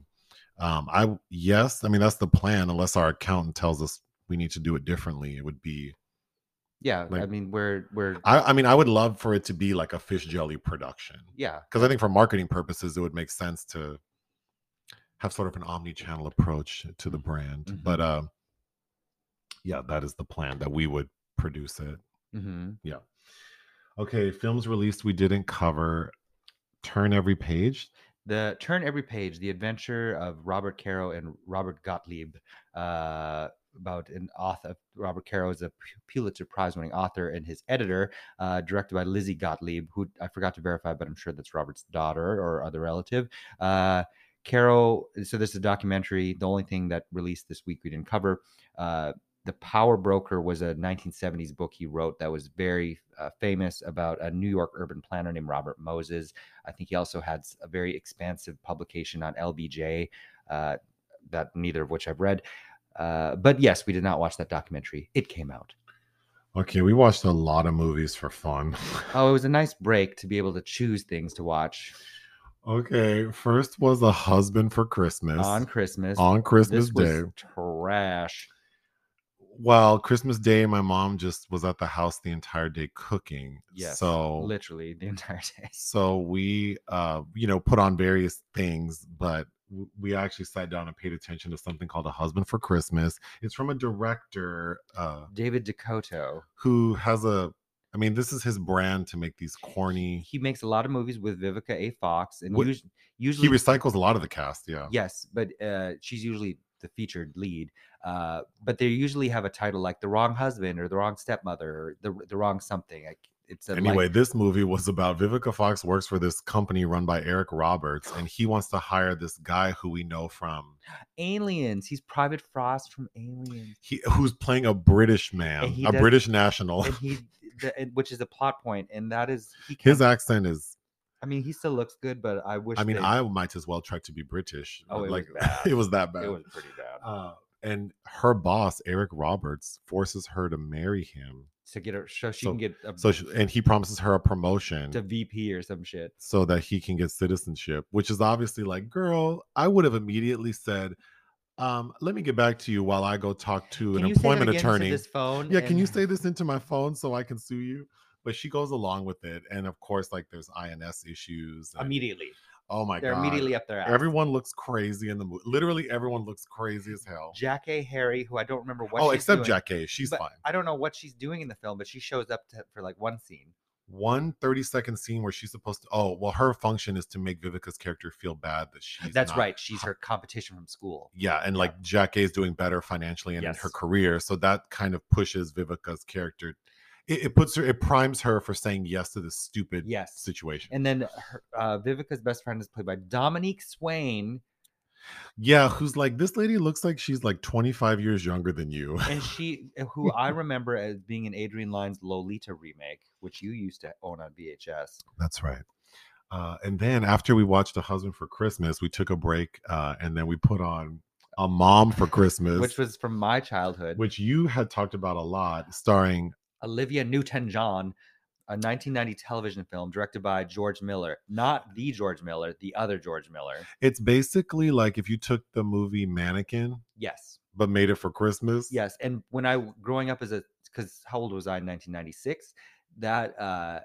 Um, I yes, I mean that's the plan, unless our accountant tells us we need to do it differently. It would be.
Yeah, I
Like-
mean, we're we're
I, I mean, I would love for it to be like a fish jelly production.
yeah,
because I think for marketing purposes, it would make sense to have sort of an omni-channel approach to the brand.
Mhm.
But uh, yeah, that is the plan that we would produce it.
hmm
Yeah. Okay, films released we didn't cover. Turn every page.
The Turn Every Page, The Adventure of Robert Caro and Robert Gottlieb, uh, about an author. Robert Caro is a Pu- Pulitzer Prize winning author and his editor, uh, directed by Lizzie Gottlieb, who I forgot to verify, but I'm sure that's Robert's daughter or other relative. Uh, Caro, so this is a documentary. The only thing that released this week we didn't cover. Uh, the Power Broker was a 1970s book he wrote that was very uh, famous about a New York urban planner named Robert Moses. I think he also had s- a very expansive publication on LBJ, uh, that neither of which I've read. Uh, but yes, we did not watch that documentary. It came out.
Okay, we watched a lot of movies for fun. [LAUGHS]
Oh, it was a nice break to be able to choose things to watch
okay, first was A Husband for Christmas
on Christmas.
on Christmas
this was
Day.
trash.
Well, Christmas Day, my mom just was at the house the entire day cooking.
Yes,
So
literally the entire [LAUGHS] day.
so we uh you know put on various things but w- we actually sat down and paid attention to something called a husband for christmas it's from a director uh
David Dakota.
who has a i mean this is his brand to make these corny
He makes a lot of movies with Vivica A. Fox, and
What-
us-
he
usually,
recycles a lot of the cast yeah
yes, but uh, she's usually the featured lead. Uh, but they usually have a title like "The Wrong Husband" or "The Wrong Stepmother" or "The the Wrong Something." Like it's a like-
Anyway, this movie was about Vivica Fox works for this company run by Eric Roberts, and he wants to hire this guy who we know from
Aliens. He's Private Frost from Aliens.
he who's playing a British man,
he
a
does-
British national. [LAUGHS]
and he the, and- which is a plot point and that is he
His
can't-
accent is
i mean he still looks good but i wish
I mean,
they-
I might as well try to be British.
Oh,
but,
it was
like [LAUGHS]
bad.
it was that bad.
it was pretty bad
[LAUGHS] Uh, and her boss, Eric Roberts, forces her to marry him.
to get her so she
so-
can get a,
So, she, and he promises her a promotion
to vp or some shit
so that he can get citizenship, which is obviously like, girl, I would have immediately said, um, "Let me get back to you while I go talk to
Can
an
you say that
employment
again to
attorney."
this phone
yeah, can you
and-
say this into my phone so I can sue you? But she goes along with it, and of course, like there's INS issues. and-
immediately
oh my
they're
god!
immediately up their ass.
Everyone looks crazy in the movie. Literally, everyone looks crazy as hell.
jack a harry who i don't remember what
oh,
she's
except
doing,
Jack A. She's
but
fine.
i don't know what she's doing in the film but she shows up to, for like one scene
One 30 second scene where she's supposed to. Oh, well, her function is to make Vivica's character feel bad that she's.
that's
not-
right she's her competition from school
Yeah, and like Jack A. is doing better financially and in her
Yes.
career, so that kind of pushes Vivica's character. It, it puts her. It primes her for saying yes to this stupid
yes
situation.
and then her, uh, vivica's best friend is played by dominique swain
yeah, who's like this lady looks like she's like 25 years younger than you.
and she uh, who
[LAUGHS]
i remember as being in adrian lyne's lolita remake which you used to own on vhs
That's right. Uh, and then after we watched A Husband for Christmas, we took a break uh, and then we put on A Mom for Christmas,
[LAUGHS] which was from my childhood
which you had talked about a lot, starring
olivia newton-john a 1990 television film directed by george miller not the george miller the other george miller
it's basically like if you took the movie Mannequin
yes
but made it for Christmas.
yes and when i w- growing up as a because how old was i in 1996 that uh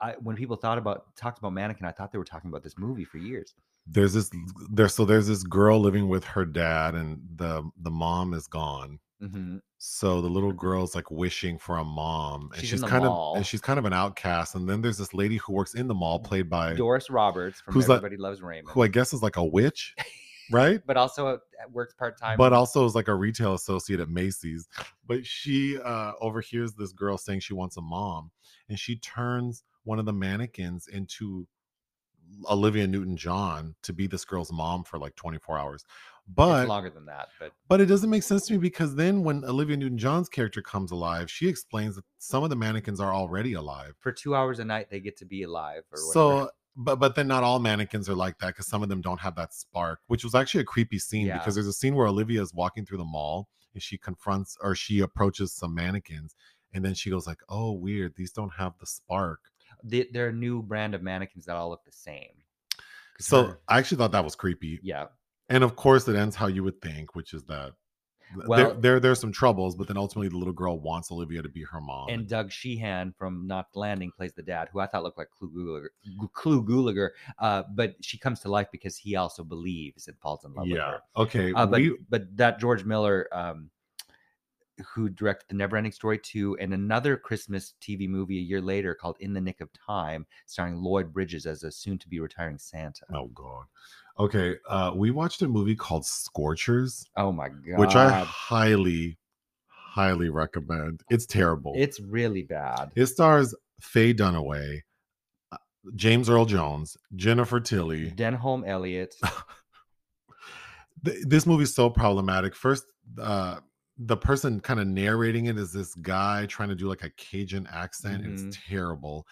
I, when people thought about talked about mannequin i thought they were talking about this movie for years
There's this there's so there's this girl living with her dad and the the mom is gone.
hmm
So the little girl's like wishing for a mom and
She's
she's,
in the
kind of
mall.
and she's kind of an outcast. And then there's this lady who works in the mall played by
doris roberts from
Who's that-
everybody loves raymond
who I guess is like a witch,
[LAUGHS]
right?
but also uh, works part time.
But also is like a retail associate at Macy's. But she uh, overhears this girl saying she wants a mom, and she turns one of the mannequins into Olivia Newton John to be this girl's mom for like 24 hours. But
it's longer than that. But
but it doesn't make sense to me because then when Olivia Newton John's character comes alive, she explains that some of the mannequins are already alive.
for two hours a night, they get to be alive. Or whatever.
So, but but then not all mannequins are like that because some of them don't have that spark, which was actually a creepy scene
Yeah.
because there's a scene where Olivia is walking through the mall and she confronts or she approaches some mannequins and then she goes like, "Oh, weird, these don't have the spark."
they, they're a new brand of mannequins that all look the same. 'Cause
So
her-
I actually thought that was creepy,
yeah,
and of course it ends how you would think, which is that. th-
Well-
there, there, there's some troubles, but then ultimately the little girl wants Olivia to be her mom.
and Doug Sheehan from Not Landing plays the dad, who I thought looked like Clue Gulager. Gu- Clue Gulager, uh, but she comes to life because he also believes and falls in love with
yeah,
her.
okay.
Uh, but
we-
but that George Miller um, who directed The Neverending Story 2 and another Christmas TV movie a year later called In the Nick of Time, starring Lloyd Bridges as a soon to be retiring Santa.
Oh God. Okay. Uh, we watched a movie called Scorchers,
Oh my God.
which I highly, highly recommend. It's terrible.
It's really bad.
It stars Faye Dunaway, uh, James Earl Jones, Jennifer Tilly. [LAUGHS]
Denholm Elliott.
Th- this movie's so problematic. First, uh, the person kind of narrating it is this guy trying to do like a Cajun accent.
Mhm.
It's terrible.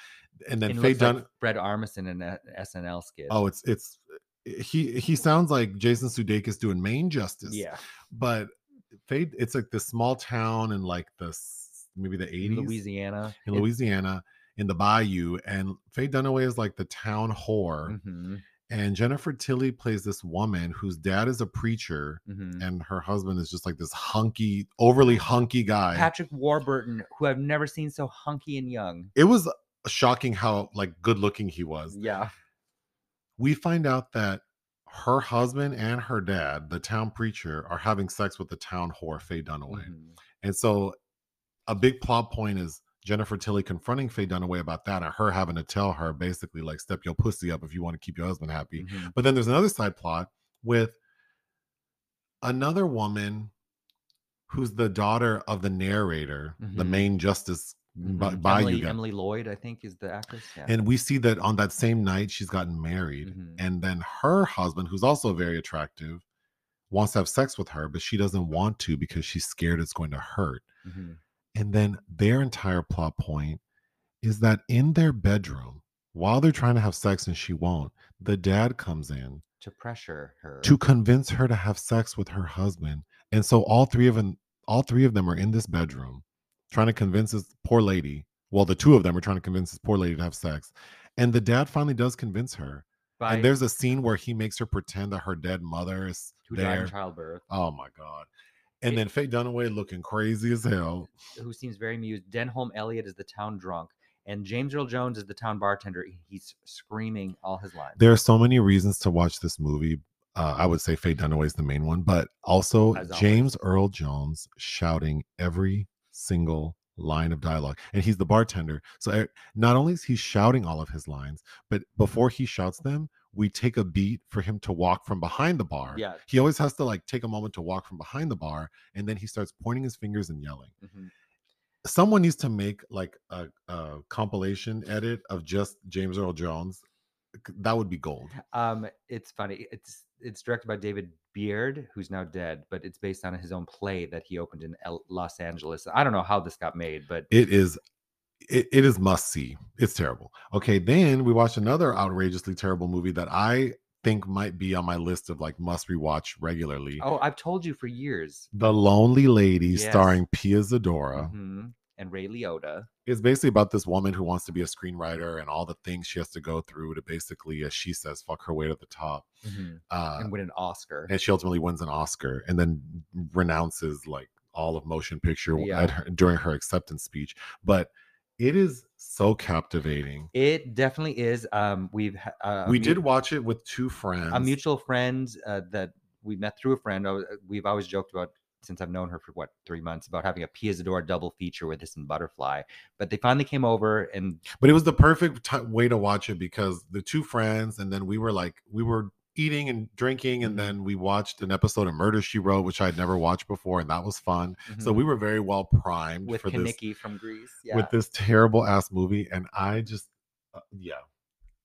And then
and
Faye
looks like
Dun.
Fred Armisen in an SNL skit.
oh, it's it's he he sounds like Jason Sudeikis doing Main Justice.
yeah.
but Faye, it's like this small town in like the s- maybe the
In
eighties.
Louisiana.
in Louisiana in the bayou. And Faye Dunaway is like the town whore.
hmm
And Jennifer Tilly plays this woman whose dad is a preacher
hmm
and her husband is just like this hunky, overly hunky guy.
Patrick Warburton, who I've never seen so hunky and young.
it was shocking how like good looking he was.
Yeah.
We find out that her husband and her dad, the town preacher, are having sex with the town whore, Faye Dunaway.
Mhm.
And so a big plot point is Jennifer Tilly confronting Faye Dunaway about that and her having to tell her basically like step your pussy up if you want to keep your husband happy.
Mhm.
But then there's another side plot with another woman who's the daughter of the narrator, the
Mhm.
main justice by
Mhm.
bayou
Emily,
guy.
Emily Lloyd, I think, is the actress. Yeah.
And we see that on that same night she's gotten married
Mhm.
and then her husband who's also very attractive wants to have sex with her but she doesn't want to because she's scared it's going to hurt.
Mhm.
And then their entire plot point is that in their bedroom, while they're trying to have sex and she won't, the dad comes in
to pressure her
to convince her to have sex with her husband. And so all three of them, all three of them are in this bedroom trying to convince this poor lady. Well, the two of them are trying to convince this poor lady to have sex. And the dad finally does convince her.
by
and there's a scene where he makes her pretend that her dead mother is
who died
there.
in childbirth,
Oh my God. And
It-
then Faye Dunaway looking crazy as hell.
who seems very amused. Denholm Elliott is the town drunk, and James Earl Jones is the town bartender. He- He's screaming all his lines.
there are so many reasons to watch this movie. Uh, I would say Faye Dunaway is the main one, but also
As always.
James Earl Jones shouting every single line of dialogue, and he's the bartender. So e- not only is he shouting all of his lines, but before he shouts them, we take a beat for him to walk from behind the bar.
Yeah.
He always has to like take a moment to walk from behind the bar, and then he starts pointing his fingers and yelling
Mhm.
someone needs to make like a, a compilation edit of just James Earl Jones. C- That would be gold.
Um, it's funny. It's it's directed by David Beard, who's now dead, but it's based on his own play that he opened in L- Los Angeles. I don't know how this got made, but
It is it, it is must see. It's terrible. Okay, then we watched another outrageously terrible movie that I think might be on my list of like must rewatch regularly.
oh, I've told you for years.
The Lonely Lady
Yes.
starring Pia Zadora.
Mhm. And Ray Liotta.
It's basically about this woman who wants to be a screenwriter and all the things she has to go through to basically, as she says, fuck her way to the top.
Mhm.
Uh,
and win an Oscar.
and she ultimately wins an Oscar and then renounces like all of motion picture w-
Yeah.
at her, during her acceptance speech. But it is so captivating.
It definitely is. Um, we've ha- uh, a
we
mu-
did watch it with two friends.
a mutual friend uh, that we met through a friend. I was- We've always joked about since I've known her for what three months about having a Pia Zadora double feature with this and Butterfly. But they finally came over, and
but it was the perfect ti- way to watch it because the two friends and then we were like we were eating and drinking and
Mhm.
then we watched an episode of Murder She Wrote which I'd never watched before and that was fun. So
mhm,
we were very well primed
with
for this
Kaniki from Greece, yeah,
with this terrible ass movie and i just uh, yeah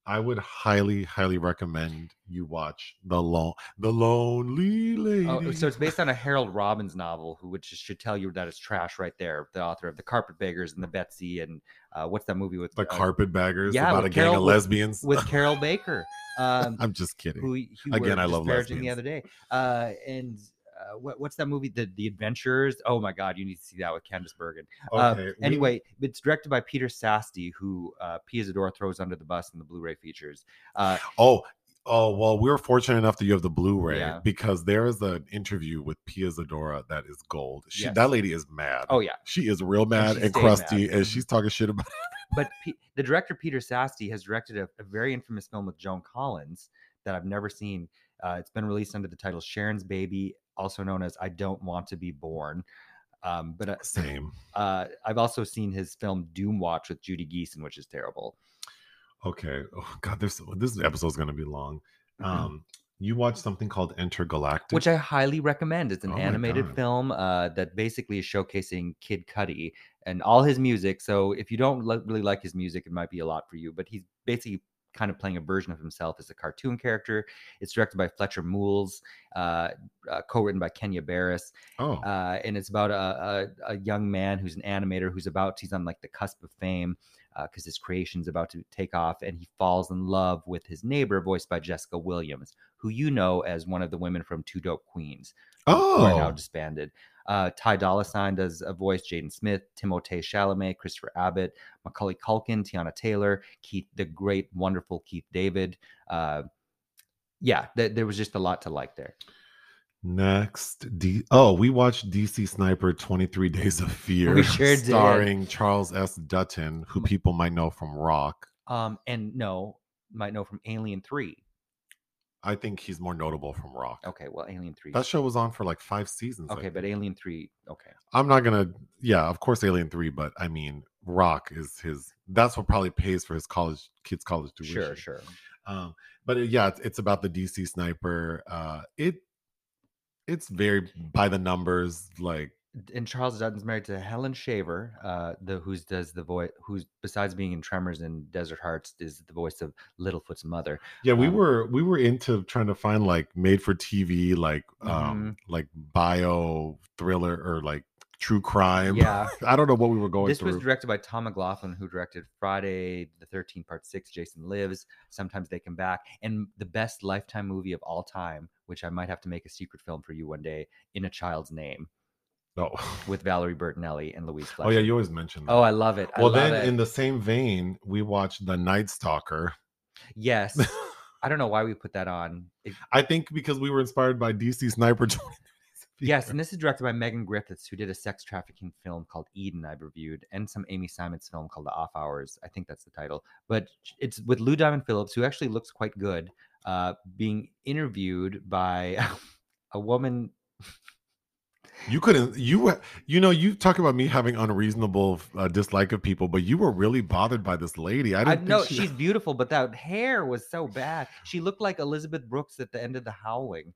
i would highly highly recommend you watch the long the lonely lady
Oh, so it's based on a Harold Robbins novel, who which should tell you that it's trash right there. The author of The Carpetbaggers and The Betsy, and uh, what's that movie with
the
uh,
carpetbaggers
yeah,
about
with
a gang
Carol-
of
with-
lesbians
with Carol Baker. Um,
[LAUGHS] i'm just kidding
who y- who
Again,
were
I love
disparaging the
lesbians.
other day. Uh, and uh, what, what's that movie? The The Adventures. Oh my God, you need to see that with Candace Bergen. Um,
we-
anyway, it's directed by Peter Sasti, who uh, Pia Zadora throws under the bus in the Blu-ray features. Uh,
oh oh well we were fortunate enough that you have the blu-ray
Yeah.
because there is an interview with pia zadora that is gold she
Yes.
that lady is mad
oh yeah,
she is real mad
she
and
stayed
crusty
mad. Mm-hmm.
and she's talking shit about [LAUGHS]
but P- the director Peter Sasti has directed a, a very infamous film with Joan Collins that I've never seen. Uh, it's been released under the title Sharon's Baby, also known as I Don't Want to Be Born. Um, but uh,
[LAUGHS] Same.
uh, I've also seen his film Doom Watch with Judy Geeson, which is terrible.
Okay. Oh God, this this episode's gonna be long. Um, you watched something called Intergalactic,
Mm-hmm. which I highly recommend. It's an
Oh my
animated
God.
film uh, that basically is showcasing Kid Cudi and all his music. So if you don't li- really like his music, it might be a lot for you. But he's basically kind of playing a version of himself as a cartoon character. It's directed by Fletcher Mools, uh, uh, co-written by Kenya Barris,
oh,
uh, and it's about a, a, a young man who's an animator who's about he's on like the cusp of fame because his creation's about to take off and he falls in love with his neighbor voiced by jessica williams who you know as one of the women from two dope queens who are now
oh,
disbanded uh, Ty Dolla Sign does a voice. Jaden Smith, Timothée Chalamet, Christopher Abbott, Macaulay Culkin, Tiana Taylor, Keith, the great, wonderful Keith David. Uh, yeah, th- there was just a lot to like there.
next. D- oh, we watched DC Sniper 23 Days of Fear,
sure did. Mm-hmm.
starring Charles S. Dutton, who people might know from Rock.
Um, and no, might know from Alien Three.
I think he's more notable from Rock.
Okay, well, Alien Three.
That show was on for like five seasons. I
okay, but
think.
Alien Three. Okay,
I'm not gonna. Yeah, of course, Alien Three, but I mean, Rock is his. That's what probably pays for his college kids' college tuition.
sure, sure.
Um, but it- yeah, it's, it's about the DC sniper. Uh, it it's very by the numbers. Like
And Charles Dutton's married to Helen Shaver, uh, the who's does the voice who's besides being in Tremors and Desert Hearts is the voice of Littlefoot's mother.
yeah, we
Um,
were we were into trying to find like made for TV, like
Mm-hmm.
um, like bio thriller or like true crime.
Yeah.
[LAUGHS] I don't know what we were going
this
through.
was directed by Tom McLaughlin, who directed Friday the Thirteenth Part Six, Jason Lives, Sometimes They Come Back, and the best Lifetime movie of all time, which I might have to make a secret film for you one day, In a Child's Name,
oh.
with Valerie Bertinelli and Louise
[LAUGHS]
Fletcher.
oh yeah, you always mentioned.
Oh, I love it. I
well,
love
then
it.
in the [LAUGHS] same vein, we watched The Night Stalker.
yes, I don't know why we put that on. It-
[LAUGHS] I think because we were inspired by DC Sniper. 20.
yes, and this is directed by Megan Griffiths, who did a sex trafficking film called Eden I've reviewed, and some Amy Simons film called The Off Hours. I think that's the title. But it's with Lou Diamond Phillips, who actually looks quite good, uh, being interviewed by [LAUGHS] a woman.
You couldn't. You were. You know. You talk about me having unreasonable uh, dislike of people, but you were really bothered by this lady. I
I,
didn't. think
know
she-
she's beautiful, but that hair was so bad. She looked like Elizabeth Brooks at the end of The Howling.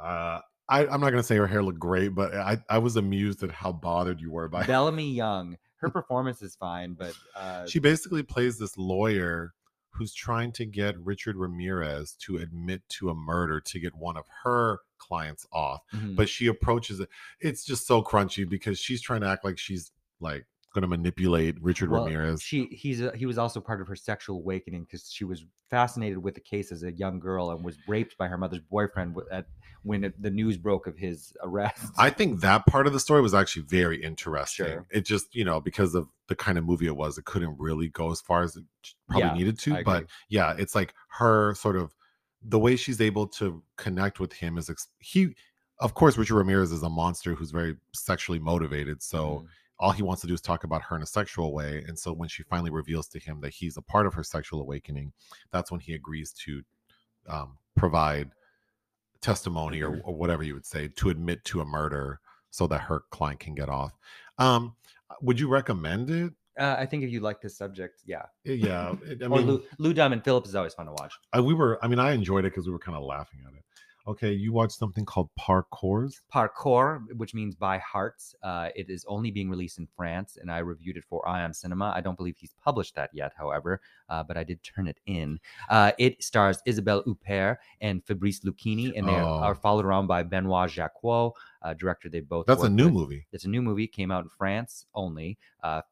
Uh, I, I'm not gonna say her hair looked great, but I, I was amused at how bothered you were by.
Bellamy Young.
[LAUGHS]
Her performance is fine, but uh,
She basically plays this lawyer who's trying to get Richard Ramirez to admit to a murder to get one of her clients off.
mhm.
but she approaches it. It's just so crunchy because she's trying to act like she's like going to manipulate Richard
Well,
Ramirez.
She he's a, he was also part of her sexual awakening because she was fascinated with the case as a young girl and was raped by her mother's boyfriend wi- at, when it, the news broke of his arrest.
I think that part of the story was actually very interesting.
Sure.
It just, you know, because of the kind of movie it was, it couldn't really go as far as it sh- probably
Yeah,
needed
I
to. But
agree.
yeah, it's like her sort of the way she's able to connect with him is ex- he, of course, Richard Ramirez is a monster who's very sexually motivated. So,
Mhm.
all he wants to do is talk about her in a sexual way. And so when she finally reveals to him that he's a part of her sexual awakening, that's when he agrees to um, provide testimony
Mm-hmm.
or, or whatever you would say to admit to a murder so that her client can get off. Um, would you recommend it?
uh, I think if you like this subject, yeah.
Eh,
[LAUGHS]
Yeah. it- I
or
mean,
Lou, Lou Diamond Phillips is always fun to watch.
I- we were, I mean, I enjoyed it because we were kind of laughing at it. Okay. You watched something called Parkours.
Parkour, which means by hearts, uh, it is only being released in France, and I reviewed it for Ion Cinema. I don't believe he's published that yet, however, uh, but I did turn it in. Uh, it stars Isabelle Huppert and Fabrice Lucchini, and they are-
Oh.
are followed around by Benoit Jacquot, uh, director they both.
That's a
worked
new
with.
movie.
It's a new movie. Came out in France only, uh,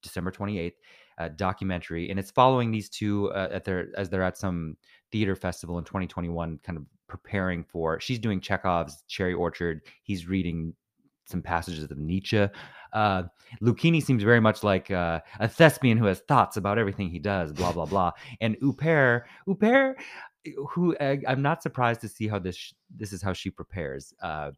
December twenty eighth. Uh, documentary, and it's following these two uh, at their as they're at some theater festival in 2021, kind of preparing for. She's doing Chekhov's Cherry Orchard. He's reading some passages of Nietzsche. Uh, Lucchini seems very much like uh, a thespian who has thoughts about everything he does. Blah blah blah. And Huppert, Huppert, who uh, I'm not surprised to see how this sh- this is how she prepares. Uh,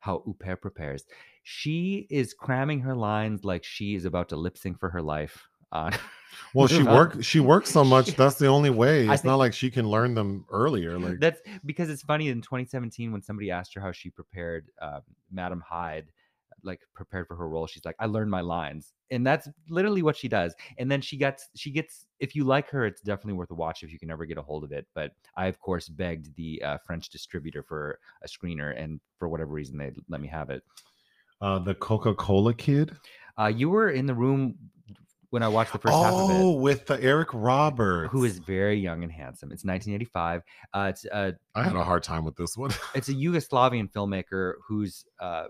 how Huppert prepares. She is cramming her lines like she is about to lip sync for her life. Uh, [LAUGHS]
Well, she
Well,
worked, she worked so much.
[LAUGHS] she-
That's the only way.
I
It's not like she can learn them earlier. Like,
That's because it's funny in 2017 when somebody asked her how she prepared um, uh, Madam Hyde, like prepared for her role. She's like, I learned my lines, and that's literally what she does. And then she gets she gets. If you like her, it's definitely worth a watch if you can ever get a hold of it. But I of course begged the uh, French distributor for a screener, and for whatever reason they let me have it.
Uh, the Coca Cola Kid.
Uh, you were in the room when I watched the first half of it.
oh, with the Eric Roberts.
who is very young and handsome. It's 1985. Uh, it's a
I had a hard time with
[LAUGHS]
this one.
it's a Yugoslavian filmmaker who's uh,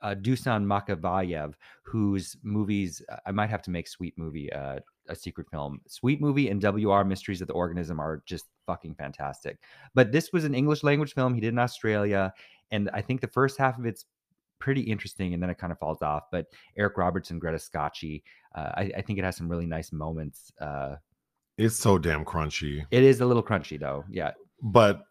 uh, Dusan Makavayev, whose movies uh, I might have to make Sweet Movie uh, a secret film. Sweet Movie and WR Mysteries of the Organism are just fucking fantastic. But this was an English language film. He did in Australia, and I think the first half of it's pretty interesting, and then it kind of falls off. But Eric Roberts and Greta Scacchi, uh, I, I think it has some really nice moments. Uh,
It's so damn crunchy.
It is a little crunchy though. Yeah.
But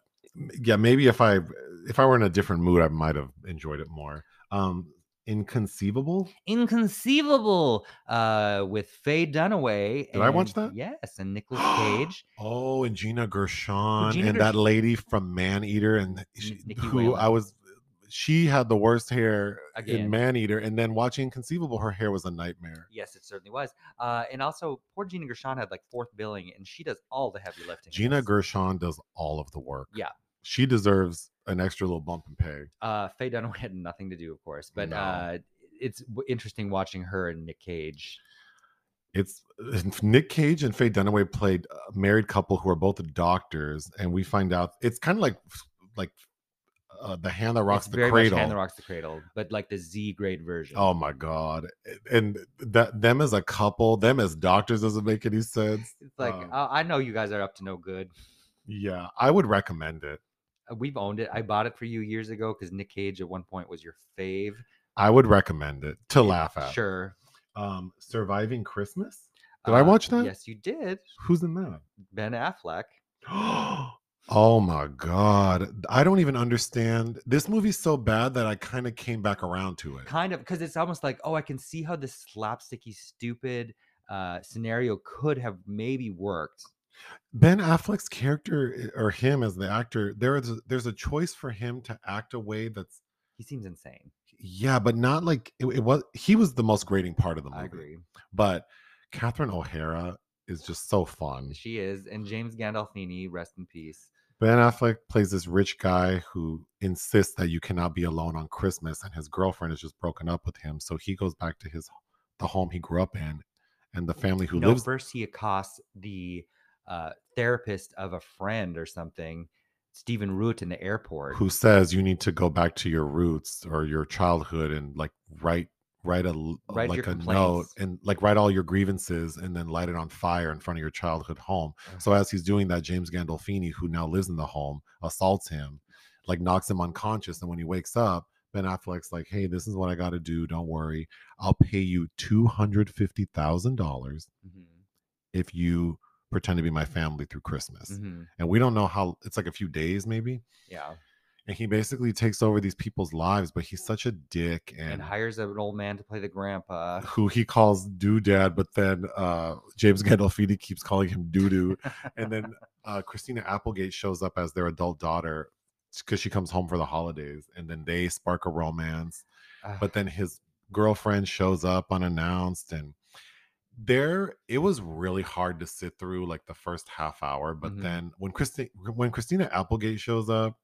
yeah, maybe if I if I were in a different mood, I might have enjoyed it more. Um, inconceivable.
Inconceivable uh with Faye Dunaway.
Did I watch
and-
that?
Yes, and
[GASPS]
Nicolas Cage.
Oh, and Gina Gershon
Gina
and that lady from Man Eater and she,
Nikki
who
Whalen.
I was she had the worst hair
Again.
in Man Eater and then watching Inconceivable her hair was a nightmare.
Yes, it certainly was. Uh and also poor Gina Gershon had like fourth billing and she does all the heavy lifting. in
Gina
this.
Gershon does all of the work.
Yeah.
She deserves an extra little bump in pay.
uh Faye Dunaway had nothing to do, of course, but
No.
uh it's w- interesting watching her and Nick Cage.
It's [LAUGHS] Nick Cage and Faye Dunaway played a married couple who are both doctors, and we find out it's kind of like like uh, the hand that rocks
it's
the
very
cradle.
much Hand That Rocks the Cradle, but like the Z grade version.
oh my god! And that them as a couple, them as doctors doesn't make any
[LAUGHS]
sense.
It's like
um,
oh, I know you guys are up to no good.
Yeah, I would recommend it.
Uh, We've owned it. I bought it for you years ago because Nick Cage at one point was your fave.
I would recommend it to laugh at.
Sure.
Um, Surviving Christmas. Did I watch that?
Uh, Yes, you did.
Who's in that?
Ben Affleck. [GASPS]
oh my god! I don't even understand. This movie's so bad that I kind of came back around to it.
Kind of because it's almost like, oh, I can see how this slapsticky, stupid uh, scenario could have maybe worked.
Ben Affleck's character i- or him as the actor, there is a, there's a choice for him to act a way that's
He seems insane.
yeah, but not like it, it was. He was the most grating part of the movie.
I agree.
But Catherine O'Hara is just so fun.
She is. And James Gandolfini, rest in peace.
Ben Affleck plays this rich guy who insists that you cannot be alone on Christmas, and his girlfriend has just broken up with him, so he goes back to his the home he grew up in, and the family who
no,
lives.
first he accosts the uh, therapist of a friend or something, Stephen Root, in the airport.
who says you need to go back to your roots or your childhood and like write write a l- uh,
Write your
like a note
complaints.
and like write all your grievances and then light it on fire in front of your childhood home. So as he's doing that, James Gandolfini, who now lives in the home, assaults him, like knocks him unconscious, and when he wakes up. Ben Affleck's like, hey, this is what I got to do. Don't worry. I'll pay you $250,000
Mhm,
if you pretend to be my family through Christmas.
mhm,
And we don't know how, it's like a few days maybe
Yeah.
and he basically takes over these people's lives but he's such a dick and,
And hires an old man to play the grandpa.
who he calls doodad but then uh james [LAUGHS] gandolfini keeps calling him doodoo and then uh christina applegate shows up as their adult daughter because she comes home for the holidays and then they spark a romance
Ugh.
but then his girlfriend shows up unannounced and there it was really hard to sit through like the first half hour but
Mhm.
then when christina when christina applegate shows up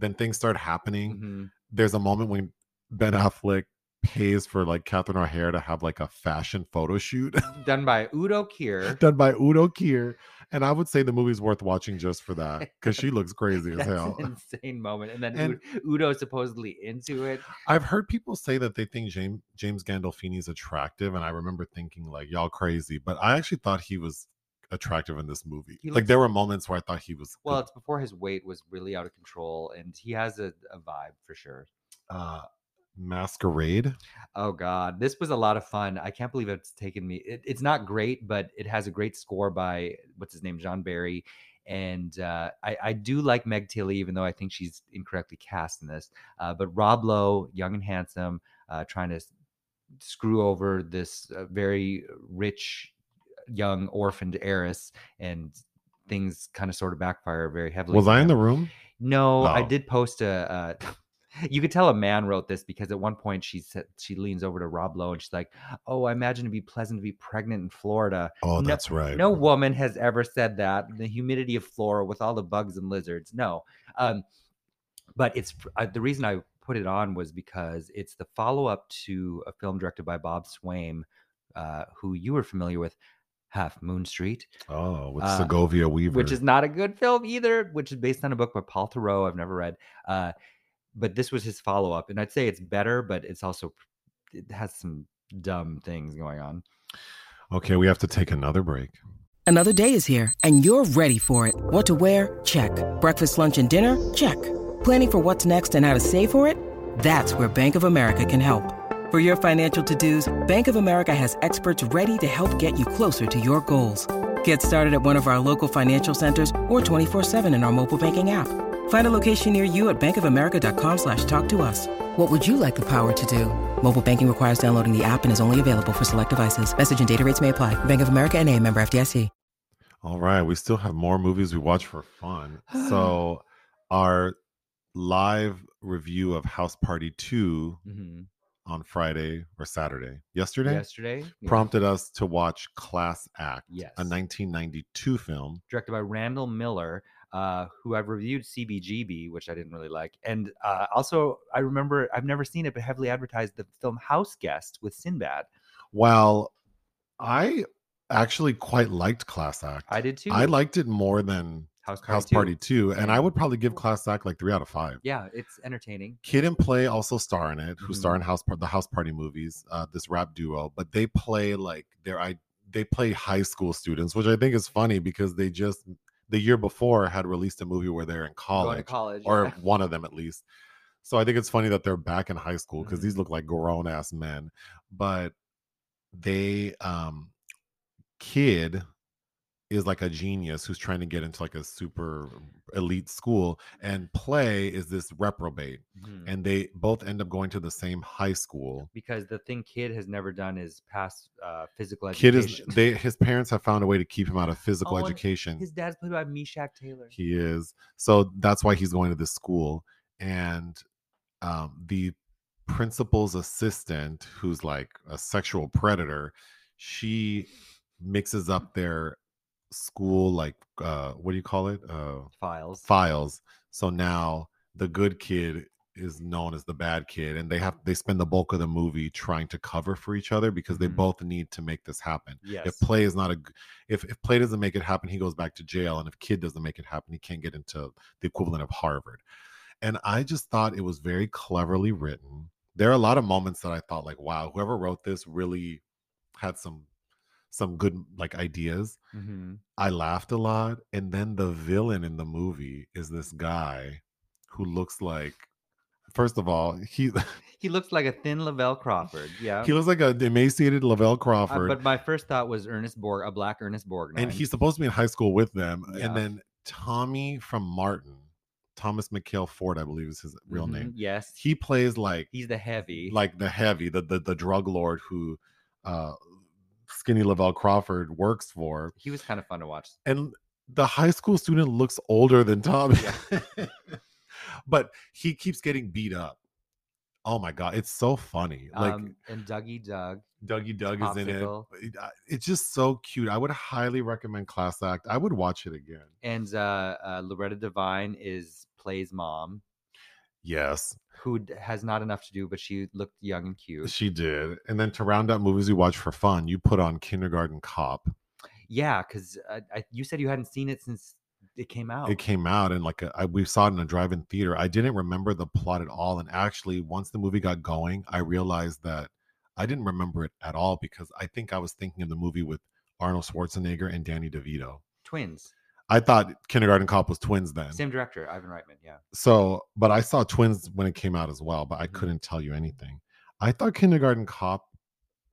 then things start happening
Mhm.
there's a moment when Ben Affleck pays for like Catherine O'Hara to have like a fashion photo shoot [LAUGHS]
done by Udo Kier.
done by Udo Kier. And I would say the movie's worth watching just for that because she
[LAUGHS]
looks crazy as
That's
hell. [LAUGHS]
an insane moment. And then
And-
Ud- Udo is supposedly into it.
I've heard people say that they think James James Gandolfini is attractive, and I remember thinking like y'all crazy, but I actually thought he was attractive in this movie.
He
like
looks-
there were moments where I thought he was good.
Well, it's before his weight was really out of control, and he has a, a vibe for sure.
uh, masquerade.
Oh God, this was a lot of fun. I can't believe it's taken me. It, it's not great, but it has a great score by what's his name, John Barry. And uh, I, I do like Meg Tilly, even though I think she's incorrectly cast in this. Uh, but Rob Lowe, young and handsome, uh, trying to s- screw over this uh, very rich, young orphaned heiress, and things kind of sort of backfire very heavily.
Was
for
I in
him.
the room?
No, I
Oh.
did post a. [LAUGHS] Uh, you could tell a man wrote this because at one point she said she leans over to Rob Lowe and she's like, "Oh, I imagine it'd be pleasant to be pregnant in Florida."
Oh,
No-
that's right.
No woman has ever said that. The humidity of Florida with all the bugs and lizards. No. Um, but it's uh, the reason I put it on was because it's the follow up to a film directed by Bob Swaim, uh, who you were familiar with, Half Moon Street,
Oh, with
Uh,
Segovia Weaver.
which is not a good film either, which is based on a book by Paul Thoreau I've never read. Uh, but this was his follow up. And I'd say it's better, but it's also, it has some dumb things going on.
okay. We have to take another break.
Another day is here, and you're ready for it. What to wear? Check. Breakfast, lunch, and dinner? Check. Planning for what's next and how to save for it? That's where Bank of America can help. For your financial to-dos, Bank of America has experts ready to help get you closer to your goals. Get started at one of our local financial centers or 24-7 in our mobile banking app. Find a location near you at bankofamerica.com slash talk to us. What would you like the power to do? Mobile banking requires downloading the app and is only available for select devices. Message and data rates may apply. Bank of America and a member FDIC.
All right. We still have more movies we watch for
[SIGHS]
fun. So, our live review of House Party 2
Mhm.
on Friday or Saturday, yesterday,
Yesterday, yeah.
prompted us to watch Class Act,
Yes.
a 1992 film.
directed by Randall Miller, uh, who I've reviewed CBGB, which I didn't really like. And uh, also, I remember I've never seen it, but heavily advertised the film House Guest with Sinbad.
Well, I actually quite liked Class Act.
I did too.
I liked it more than
House Party.
House
2.
Party 2, and I
Same.
would probably give Class Act like three out of five.
Yeah, it's entertaining.
Kid and Play also star in it, who star
Mm-hmm.
in House Par- the House Party movies, uh, this rap duo, but they play like their I they play high school students, which I think is funny because they just the year before had released a movie where they're in
Going to
college,
college.
or
[LAUGHS] yeah.
one of them at least. So I think it's funny that they're back in high school because
Mhm.
these look like grown ass men, but they um kid is like a genius who's trying to get into like a super elite school and play is this reprobate
Mhm.
and they both end up going to the same high school
because the thing Kid has never done is pass uh, physical
kid
education.
is they his parents have found a way to keep him out
[LAUGHS]
of physical
Oh, and
education
His dad's played by Meshack Taylor.
He is. So that's why he's going to this school. And um, the principal's assistant, who's like a sexual predator, she mixes up their school, like, uh, what do you call it? Uh,
Files.
files. So now the good kid is known as the bad kid and they have they spend the bulk of the movie trying to cover for each other because they
Mhm.
both need to make this happen
Yes.
if play is not a g- if if play doesn't make it happen he goes back to jail and if kid doesn't make it happen he can't get into the equivalent of harvard and i just thought it was very cleverly written there are a lot of moments that i thought like wow whoever wrote this really had some some good like ideas
Mhm.
i laughed a lot and then the villain in the movie is this guy who looks like first of all he [LAUGHS]
He looks like a thin Lavelle Crawford. Yeah.
he looks like a emaciated lavelle
Uh,
crawford
but my first thought was Ernest Borg, a black Ernest Borg.
and he's supposed to be in high school with them.
Yeah.
And then Tommy from Martin, Thomas McHale Ford, I believe is his real
Mhm,
name.
Yes,
He plays like
he's the heavy.
like the heavy, the the, the drug lord who uh skinny Lavelle Crawford works for.
he was kind of fun to watch.
And the high school student looks older than Tommy. [LAUGHS] but he keeps getting beat up. Oh my god, it's so funny. Like
um, and Dougie Doug.
Dougie Doug is in it.
Popsicle.
It- I- It's just so cute. I would highly recommend Class Act. I would watch it again.
And uh, uh, Loretta Devine is plays mom,
Yes,
who d- has not enough to do, but she looked young and cute.
she did. And then to round out movies we watch for fun, you put on Kindergarten Cop.
Yeah, because uh, I- you said you hadn't seen it since it came out.
It came out and like a, I, we saw it in a drive-in theater. I didn't remember the plot at all. And actually, once the movie got going, I realized that I didn't remember it at all because I think I was thinking of the movie with Arnold Schwarzenegger and Danny DeVito.
Twins,
I thought Kindergarten Cop was twins then.
same director, Ivan Reitman. Yeah,
so but i saw twins when it came out as well but i
Mhm.
couldn't tell you anything i thought kindergarten cop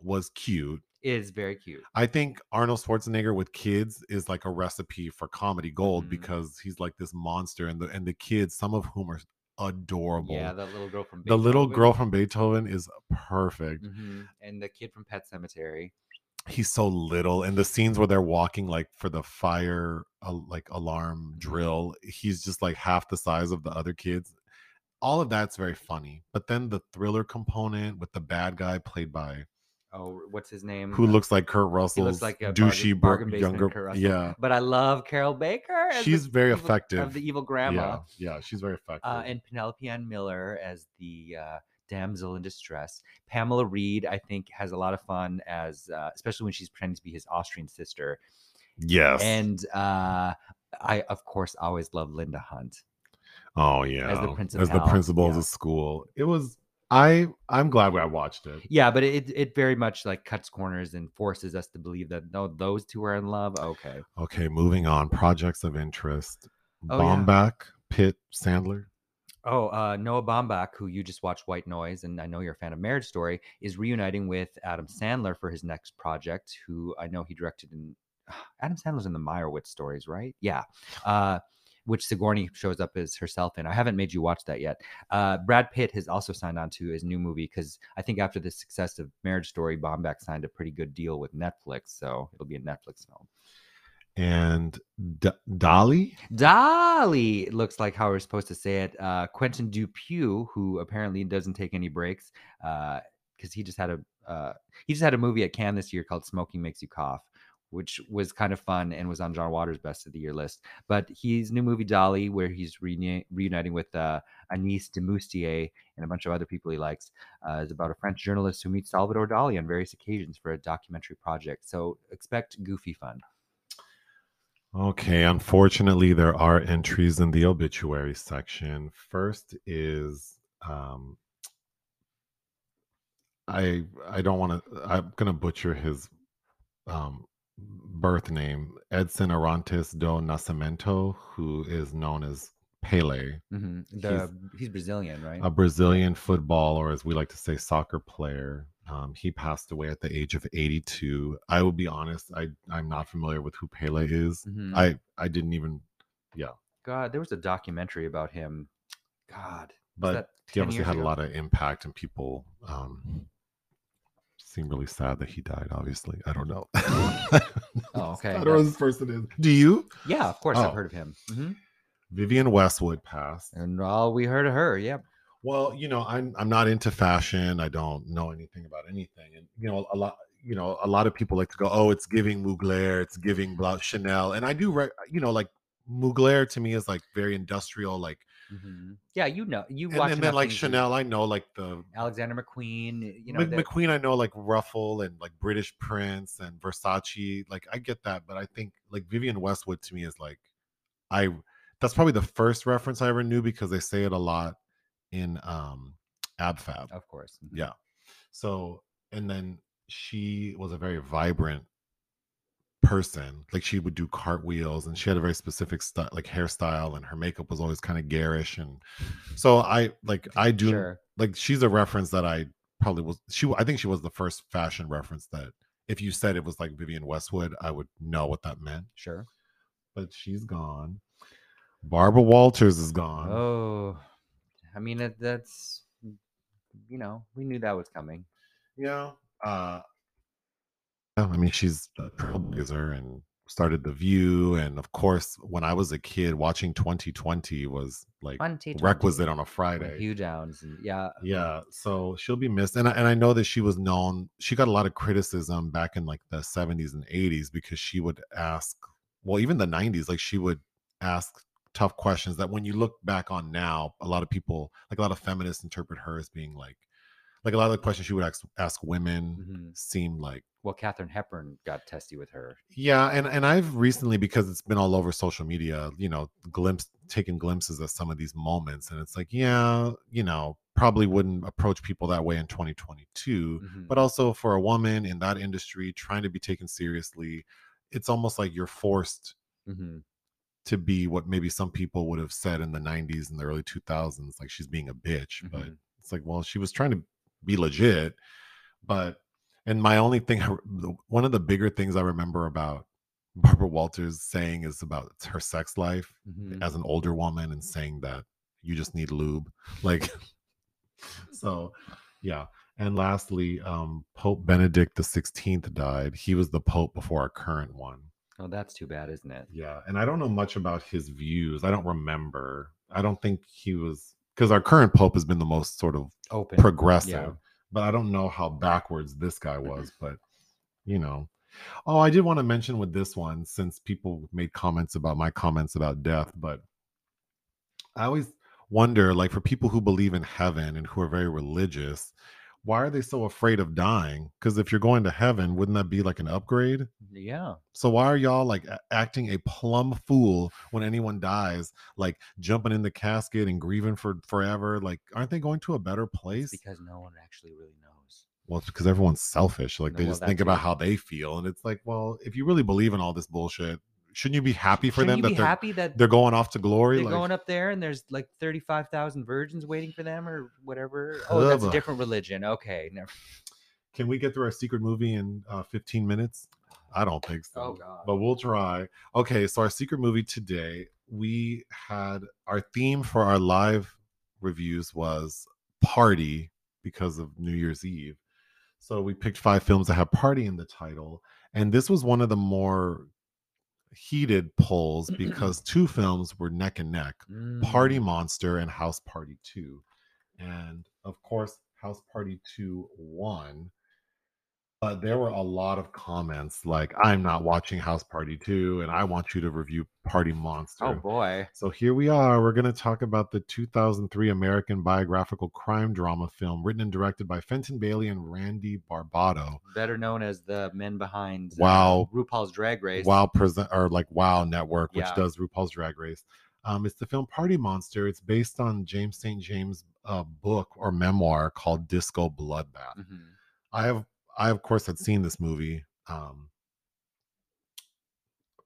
was cute
it is very cute.
i think arnold schwarzenegger with kids is like a recipe for comedy gold
Mhm.
because he's like this monster and the and the kids some of whom are adorable
Yeah, that little girl from
the little
Beethoven.
girl from beethoven is perfect
Mhm, and the kid from Pet Cemetery. Mm-hmm.
he's so little and the scenes where they're walking like for the fire uh, like alarm
Mhm.
drill he's just like half the size of the other kids all of that's very funny. But then the thriller component with the bad guy played by
Oh, what's his name?
who
Uh,
looks like Kurt Russell,
like a
douchey,
bargain-
bur-
bargain basement
younger,
Kurt Russell.
yeah,
But I love Carol Baker. as the
She's very
evil-
effective.
Of the evil grandma.
yeah, yeah, she's very effective.
Uh, and Penelope Ann Miller as the uh, damsel in distress. Pamela Reed, I think, has a lot of fun as, uh, especially when she's pretending to be his Austrian sister.
yes,
And uh, I, of course, always love Linda Hunt.
oh yeah, as the
principal,
principal of
yeah.
the school, it was. I I'm glad I watched it.
Yeah, but it it very much like cuts corners and forces us to believe that no, those two are in love. Okay,
Okay, moving on. Projects of interest:
Oh, yeah.
Bombach, Pitt, Sandler.
Oh, uh, Noah Baumbach, who you just watched White Noise, and I know you're a fan of Marriage Story, is reuniting with Adam Sandler for his next project, who I know he directed in [SIGHS] Adam Sandler's in the Meyerowitz stories, right? Yeah. Uh, which Sigourney shows up as herself in. I haven't made you watch that yet. Uh, Brad Pitt has also signed on to his new movie because I think after the success of Marriage Story, Baumbach signed a pretty good deal with Netflix. So it'll be a Netflix film.
and D- Dolly.
Dolly looks like how we're supposed to say it. Uh, Quentin Dupieux, who apparently doesn't take any breaks, because he just had a uh, he just had a movie at Cannes this year called "Smoking Makes You Cough," which was kind of fun and was on John Waters' Best of the Year list. But his new movie Dolly, where he's reuni- reuniting with uh, Anis de Moustier and a bunch of other people he likes, uh, is about a French journalist who meets Salvador Dali on various occasions for a documentary project. So expect goofy fun.
Okay, unfortunately, there are entries in the obituary section. First is um, I I don't want to. I'm gonna butcher his um, birth name, Edson Arantes do Nascimento, who is known as Pele,
hmm
He's-
The, he's Brazilian, right?
a Brazilian football, or as we like to say, soccer player. Um, he passed away at the age of 82. I will be honest, I I'm not familiar with who Pele is.
Mhm.
I I didn't even
God, there was a documentary about him. God, was
but
that
he
10
obviously
years
had a
ago?
lot of impact and people um seem really sad that he died obviously i don't know [LAUGHS]
Oh, okay,
i don't know who
that's-
this person is do you
yeah, of course
Oh.
I've heard of him. Mhm.
vivian westwood passed
And all we heard of her, yeah.
well you know i'm i'm not into fashion i don't know anything about anything and you know a lot you know a lot of people like to go oh it's giving mugler it's giving blah chanel and i do re- you know like mugler to me is like very industrial like
Mhm. Yeah, you know, you
and,
watch
and then
enough
like
things, you-
chanel i know like the
Alexander McQueen, you know,
Mc-
that-
McQueen, I know like Ruffle and like British Prince and Versace. Like I get that, but I think like Vivian Westwood to me is like I that's probably the first reference I ever knew because they say it a lot in um Ab Fab.
of course. Mhm.
Yeah. So and then she was a very vibrant person. Like she would do cartwheels and she had a very specific style like hairstyle and her makeup was always kind of garish
[LAUGHS]
and so I like I do
sure.
like she's a reference that I probably was she I think she was the first fashion reference that if you said it was like Vivian Westwood, I would know what that meant.
Sure.
But she's gone. Barbara Walters is gone.
Oh, I mean, that, that's, you know, we knew that was coming.
Yeah. Uh yeah, Oh, I mean she's a trailblazer and started the view and of course when I was a kid watching 2020 was like requisite on a Friday.
Hugh Downs. And, yeah.
yeah so she'll be missed and I, and I know that she was known she got a lot of criticism back in like the 70s and 80s because she would ask well even the 90s like she would ask tough questions that when you look back on now a lot of people like a lot of feminists interpret her as being like like a lot of the questions she would ask ask women
Mhm.
seem like
Well, Katherine Hepburn got testy with her.
yeah, and and I've recently because it's been all over social media, you know, glimpse taken glimpses of some of these moments, and it's like, yeah, you know, probably wouldn't approach people that way in 2022,
Mhm.
but also for a woman in that industry trying to be taken seriously, it's almost like you're forced
Mhm.
to be what maybe some people would have said in the 90s and the early 2000s, like she's being a bitch, but
Mhm.
it's like, well, she was trying to be legit, but and my only thing, [LAUGHS] I re- the- one of the bigger things I remember about [LAUGHS] Barbara Walters saying is about her sex life
Mhm.
as an older woman and saying that you just need lube, [LAUGHS] like so, yeah. And lastly, um, Pope Benedict the Sixteenth died. He was the Pope before our current one.
Oh, that's too bad, isn't it?
Yeah, and I don't know much about his views. I don't remember. I don't think he was because our current pope has been the most sort of
Open.
progressive.
Yeah.
But I don't know how backwards this guy was, but you know. Oh, I did want to mention with this one, since people made comments about my comments about death, but I always wonder, like for people who believe in heaven and who are very religious, why are they so afraid of dying? Because if you're going to heaven, wouldn't that be like an upgrade?
yeah.
So why are y'all like a- acting a plumb fool when anyone dies, like jumping in the casket and grieving for forever? Like, aren't they going to a better place?
Because no one actually really knows.
well it's because everyone's selfish like
No,
they
well,
just
that
think
too.
about how they feel and it's like well if you really believe in all this bullshit shouldn't you be happy for
Shouldn't
them
you
that
be
they're,
happy that
they're going off to glory
they're
like,
going up there and there's like 35,000 virgins waiting for them or whatever. Oh, that's a
Hubba.
different religion. Okay. Never.
can we get through our secret movie in uh, 15 minutes i don't think so
Oh, God.
but we'll try okay so our secret movie today we had our theme for our live reviews was party because of new year's eve so we picked five films that have party in the title and this was one of the more heated polls because two films were neck and neck
Mm.
Party
Mm-hmm.
Monster and House Party 2. And of course, House Party 2 won. But there were a lot of comments like, I'm not watching House Party 2, and I want you to review Party Monster.
Oh, boy.
So here we are. We're going to talk about the 2003 American biographical crime drama film written and directed by Fenton Bailey and Randy Barbato.
Better known as the men behind uh,
Wow.
RuPaul's Drag Race.
Wow present or like Wow Network, which
Yeah.
does RuPaul's Drag Race. Um, it's the film Party Monster. It's based on James St. James' uh, book or memoir called Disco Bloodbath.
Mhm.
I have, I of course had seen this movie, um,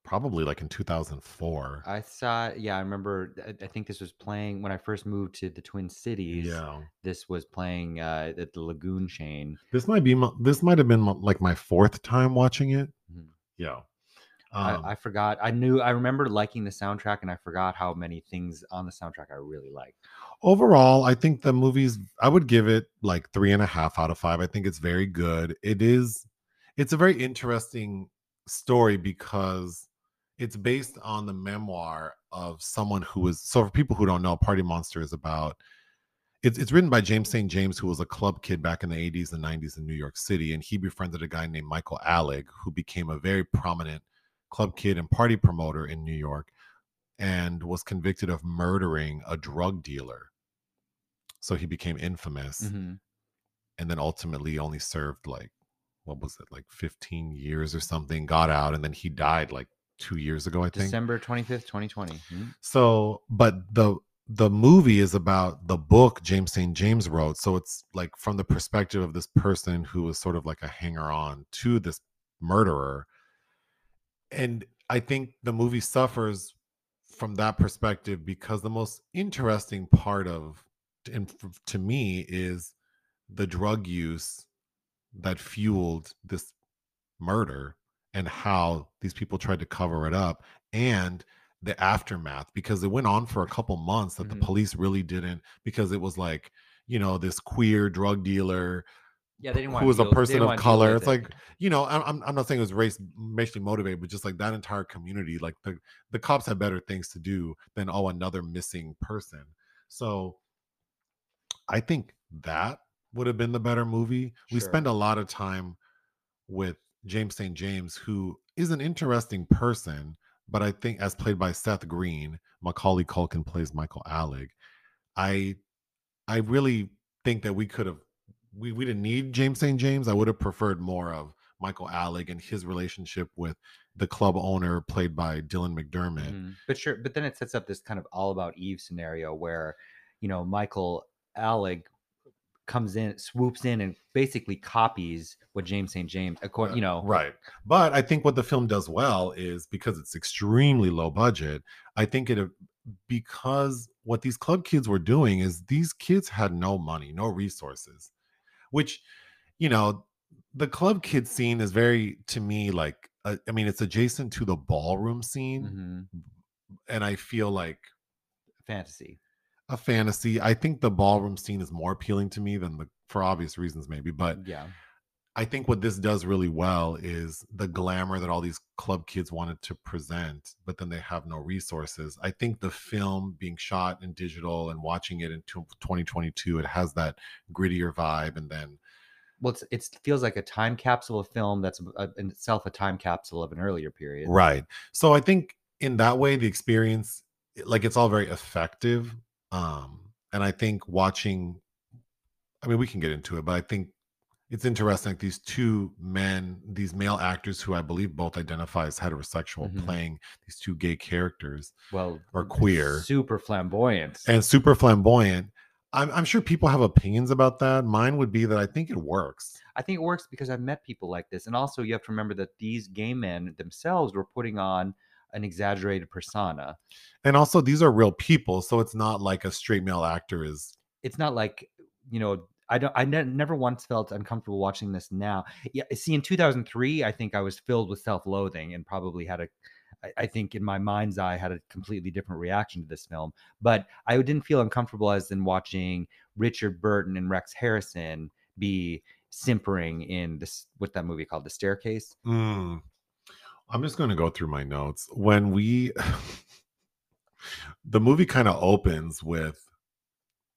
probably like in 2004.
I saw, yeah, I remember. I, I think this was playing when I first moved to the Twin Cities.
yeah,
This was playing uh, at the Lagoon Chain.
this might be my, this might have been my, like my fourth time watching it.
Mhm.
Yeah, um,
I, I forgot. I knew. I remember liking the soundtrack, and I forgot how many things on the soundtrack I really liked.
overall i think the movies i would give it like three and a half out of five i think it's very good it is it's a very interesting story because it's based on the memoir of someone who was so for people who don't know party monster is about it's, it's written by james st james who was a club kid back in the 80s and 90s in new york city and he befriended a guy named michael alec who became a very prominent club kid and party promoter in new york and was convicted of murdering a drug dealer. So he became infamous
Mhm.
and then ultimately only served like, what was it, like 15 years or something, got out, and then he died like two years ago, I think.
December twenty fifth, twenty twenty. hmm?
So, but the the movie is about the book James St. James wrote. So it's like from the perspective of this person who was sort of like a hanger on to this murderer. And I think the movie suffers from that perspective because the most interesting part of and f- to me is the drug use that fueled this murder and how these people tried to cover it up and the aftermath because it went on for a couple months that
Mhm.
the police really didn't because it was like you know this queer drug dealer
Yeah, they didn't want.
who was a
deal- they
person
didn't
of
wanna deal
color
with
it's
it.
like you know I'm, I'm- I'm not saying it was race racially motivated but just like that entire community like the the cops had better things to do than oh another missing person so i think that would have been the better movie we
Sure.
spend a lot of time with james st james who is an interesting person but i think as played by seth green macaulay culkin plays michael alec i i really think that we could have we, we didn't need James St. James. I would have preferred more of Michael Alec and his relationship with the club owner played by Dylan McDermott.
Mhm. But sure, but then it sets up this kind of all about Eve scenario where, you know, Michael Alec comes in, swoops in, and basically copies what James St. James, according, you know,
Right. But I think what the film does well is because it's extremely low budget, I think it uh, because what these club kids were doing is these kids had no money, no resources, which, you know, the club kid scene is very, to me, like, uh, I mean, it's adjacent to the ballroom scene.
mhm,
And I feel like
fantasy.
a fantasy. I think the ballroom scene is more appealing to me than the for obvious reasons maybe, but
Yeah,
I think what this does really well is the glamour that all these club kids wanted to present, but then they have no resources. I think the film being shot in digital and watching it in tw- 2022, it has that grittier vibe. And then,
well, it's, it's, it feels like a time capsule of film that's a, a- in itself a time capsule of an earlier period.
right. So I think in that way, the experience, like it's all very effective. Um, and I think watching, I mean, we can get into it, but I think it's interesting. Like these two men, these male actors who I believe both identify as heterosexual,
Mhm.
playing these two gay characters.
Well,
Or queer.
super flamboyant.
and super flamboyant. I'm, I'm sure people have opinions about that. Mine would be that I think it works.
I think it works because I've met people like this. And also, you have to remember that these gay men themselves were putting on an exaggerated persona.
And also, these are real people, so it's not like a straight male actor is.
It's not like, you know, I don't, I ne- never once felt uncomfortable watching this now. Yeah. See, in 2003, I think I was filled with self loathing and probably had a, I- I think in my mind's eye had a completely different reaction to this film, but I didn't feel uncomfortable as in watching Richard Burton and Rex Harrison be simpering in this what's that movie called The Staircase.
Mm. I'm just going to go through my notes. When we, [LAUGHS] the movie kind of opens with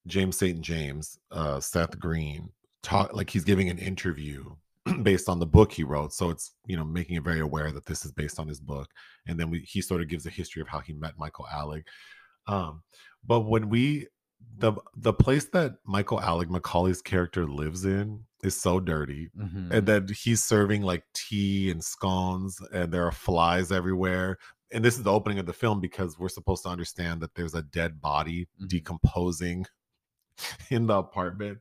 James St. James, uh, Seth Green, talk like he's giving an interview [CLEARS THROAT] based on the book he wrote. So it's you know making it very aware that this is based on his book. And then we, he sort of gives a history of how he met Michael Alec. Um, but when we the the place that Michael Alec Macaulay's character lives in is so dirty
Mhm.
and then he's serving like tea and scones and there are flies everywhere and this is the opening of the film because we're supposed to understand that there's a dead body
Mhm.
decomposing [LAUGHS] in the apartment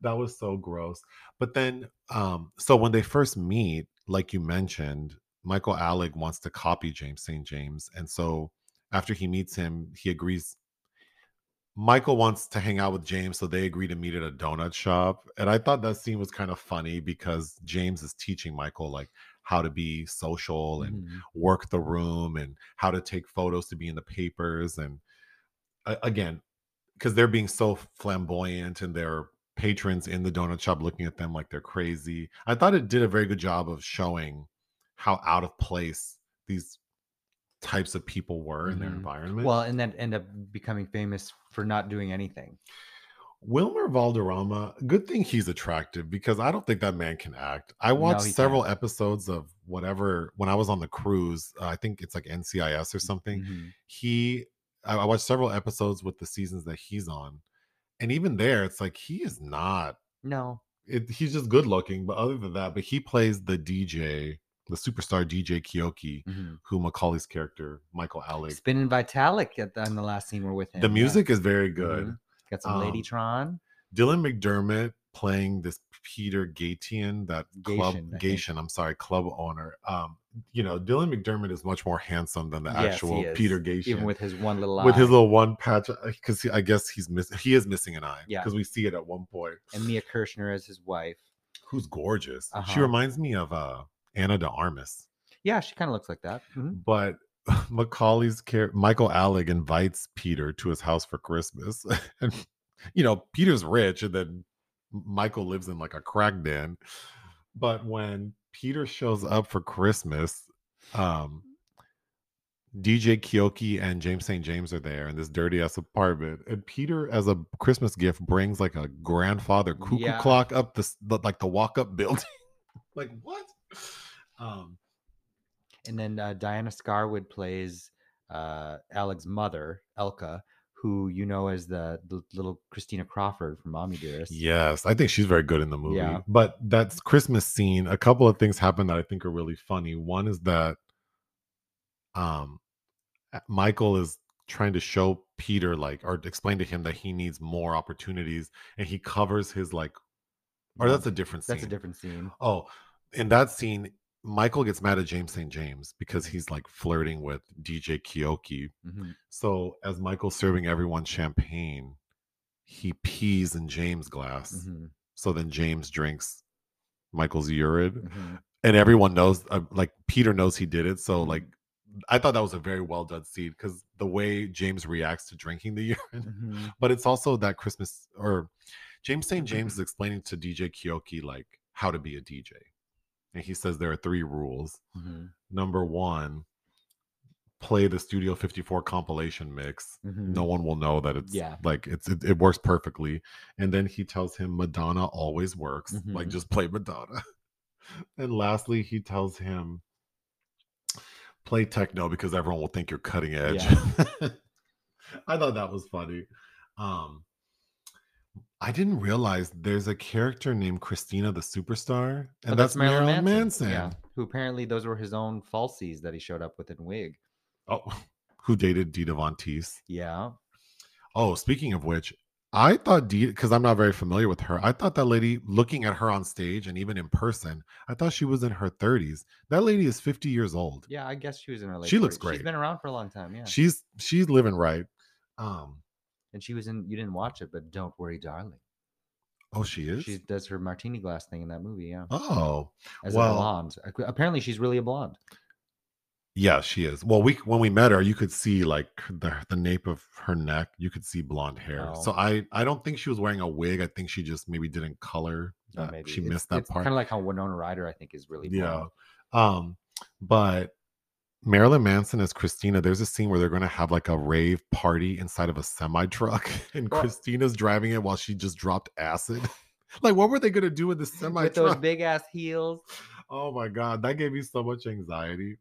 that was so gross but then um so when they first meet like you mentioned michael alec wants to copy james st james and so after he meets him he agrees Michael wants to hang out with James, so they agree to meet at a donut shop. And I thought that scene was kind of funny because James is teaching Michael like how to be social and
Mhm.
work the room and how to take photos to be in the papers. And a- again, because they're being so flamboyant and their patrons in the donut shop looking at them like they're crazy. I thought it did a very good job of showing how out of place these types of people were in their
Mhm.
environment.
Well, and then end up becoming famous for not doing anything.
Wilmer Valderrama, good thing he's attractive because I don't think that man can act. I
No,
watched
he
several episodes of whatever when I was on the cruise. uh, I think it's like NCIS or something.
Mhm.
He, I, I watched several episodes with the seasons that he's on, and even there, it's like he is not.
No.
It, he's just good looking, but other than that, but he plays the DJ, the superstar DJ Kyoki,
Mhm.
who Macaulay's character Michael Alec.
Spin and Vitalik at the, on the last scene we're with him.
The
yeah.
music is very good.
Mhm. Got some
um,
Ladytron.
Dylan McDermott playing this Peter Gatian, that club
Gatian, I think.
Gatian, I'm sorry, club owner. Um, you know, Dylan McDermott is much more handsome than the
Yes, he
actual
is,
Peter Gatian.
Even with his one little eye.
with his little one patch, because I guess he's miss he is missing an eye.
Yeah.
because we see it at one point.
and Mia Kirshner as his wife.
Who's gorgeous. She
Uh-huh.
reminds me of uh Anna de Armas,
Yeah, she kind of looks like that. Mhm.
but. [LAUGHS] Macaulay's care Michael Alec invites Peter to his house for Christmas. [LAUGHS] and you know, Peter's rich and then Michael lives in like a crack den. But when Peter shows up for Christmas, um, DJ Kyoki and James St. James are there in this dirty ass apartment. And Peter, as a Christmas gift, brings like a grandfather cuckoo
Yeah.
clock up the, s- the like the walk up building. [LAUGHS] like, what? Um,
And then uh, Diana Scarwood plays uh, Alec's mother, Elka, who you know as the, the little Christina Crawford from Mommy Dearest.
Yes, I think she's very good in the movie.
Yeah.
But that's Christmas scene, a couple of things happen that I think are really funny. One is that um uh, Michael is trying to show Peter like or explain to him that he needs more opportunities and he covers his like or
No,
that's a different scene.
that's a different scene.
Oh, in that scene Michael gets mad at James St. James because he's like flirting with DJ Kioki.
Mhm.
So as Michael's serving everyone champagne, he pees in James' glass.
Mhm.
So then James drinks Michael's urine,
Mhm.
and everyone knows, uh, like Peter knows he did it. So
Mhm.
like, I thought that was a very well done scene because the way James reacts to drinking the [LAUGHS] urine,
Mhm.
but it's also that Christmas or James St. James is explaining to DJ Kioki like how to be a DJ. And he says there are three rules.
Mhm.
Number one, play the Studio 54 compilation mix.
Mhm.
No one will know that it's
Yeah.
like it's it, it works perfectly. And then he tells him Madonna always works. Like
Mhm.
just play Madonna. [LAUGHS] and lastly, he tells him play techno because everyone will think you're cutting edge. [LAUGHS] I thought that was funny. Um I didn't realize there's a character named Christina the Superstar, and
Oh,
that's, Marilyn Manson.
Yeah, who apparently those were his own falsies that he showed up with in wig.
Oh, [LAUGHS] who dated Dita Von Teese.
Yeah.
Oh, speaking of which, I thought Dita, because I'm not very familiar with her, I thought that lady, looking at her on stage and even in person, I thought she was in her 30s. That lady is 50 years old.
Yeah, I guess she was in her late.
She looks
40s.
great.
She's been around for a long time. Yeah,
She's she's living right. Um,
and she was in. You didn't watch it, but don't worry, darling.
oh, she is.
She does her martini glass thing in that movie. Yeah,
oh,
as
well-
a blonde. Ac- Apparently, she's really a blonde.
yeah, she is. Well, we when we met her, you could see like the the nape of her neck. You could see blonde hair. So
Oh.
I I don't think she was wearing a wig. I think she just maybe didn't color.
Oh,
uh, She missed that part.
Kind of like how Winona Ryder, I think, is really.
yeah
Blonde.
um but marilyn manson is christina there's a scene where they're going to have like a rave party inside of a semi truck [LAUGHS] and
Well-
christina's driving it while she just dropped acid [LAUGHS] like what were they going to do with the semi
[LAUGHS] With those
truck
big ass heels.
oh my god that gave me so much anxiety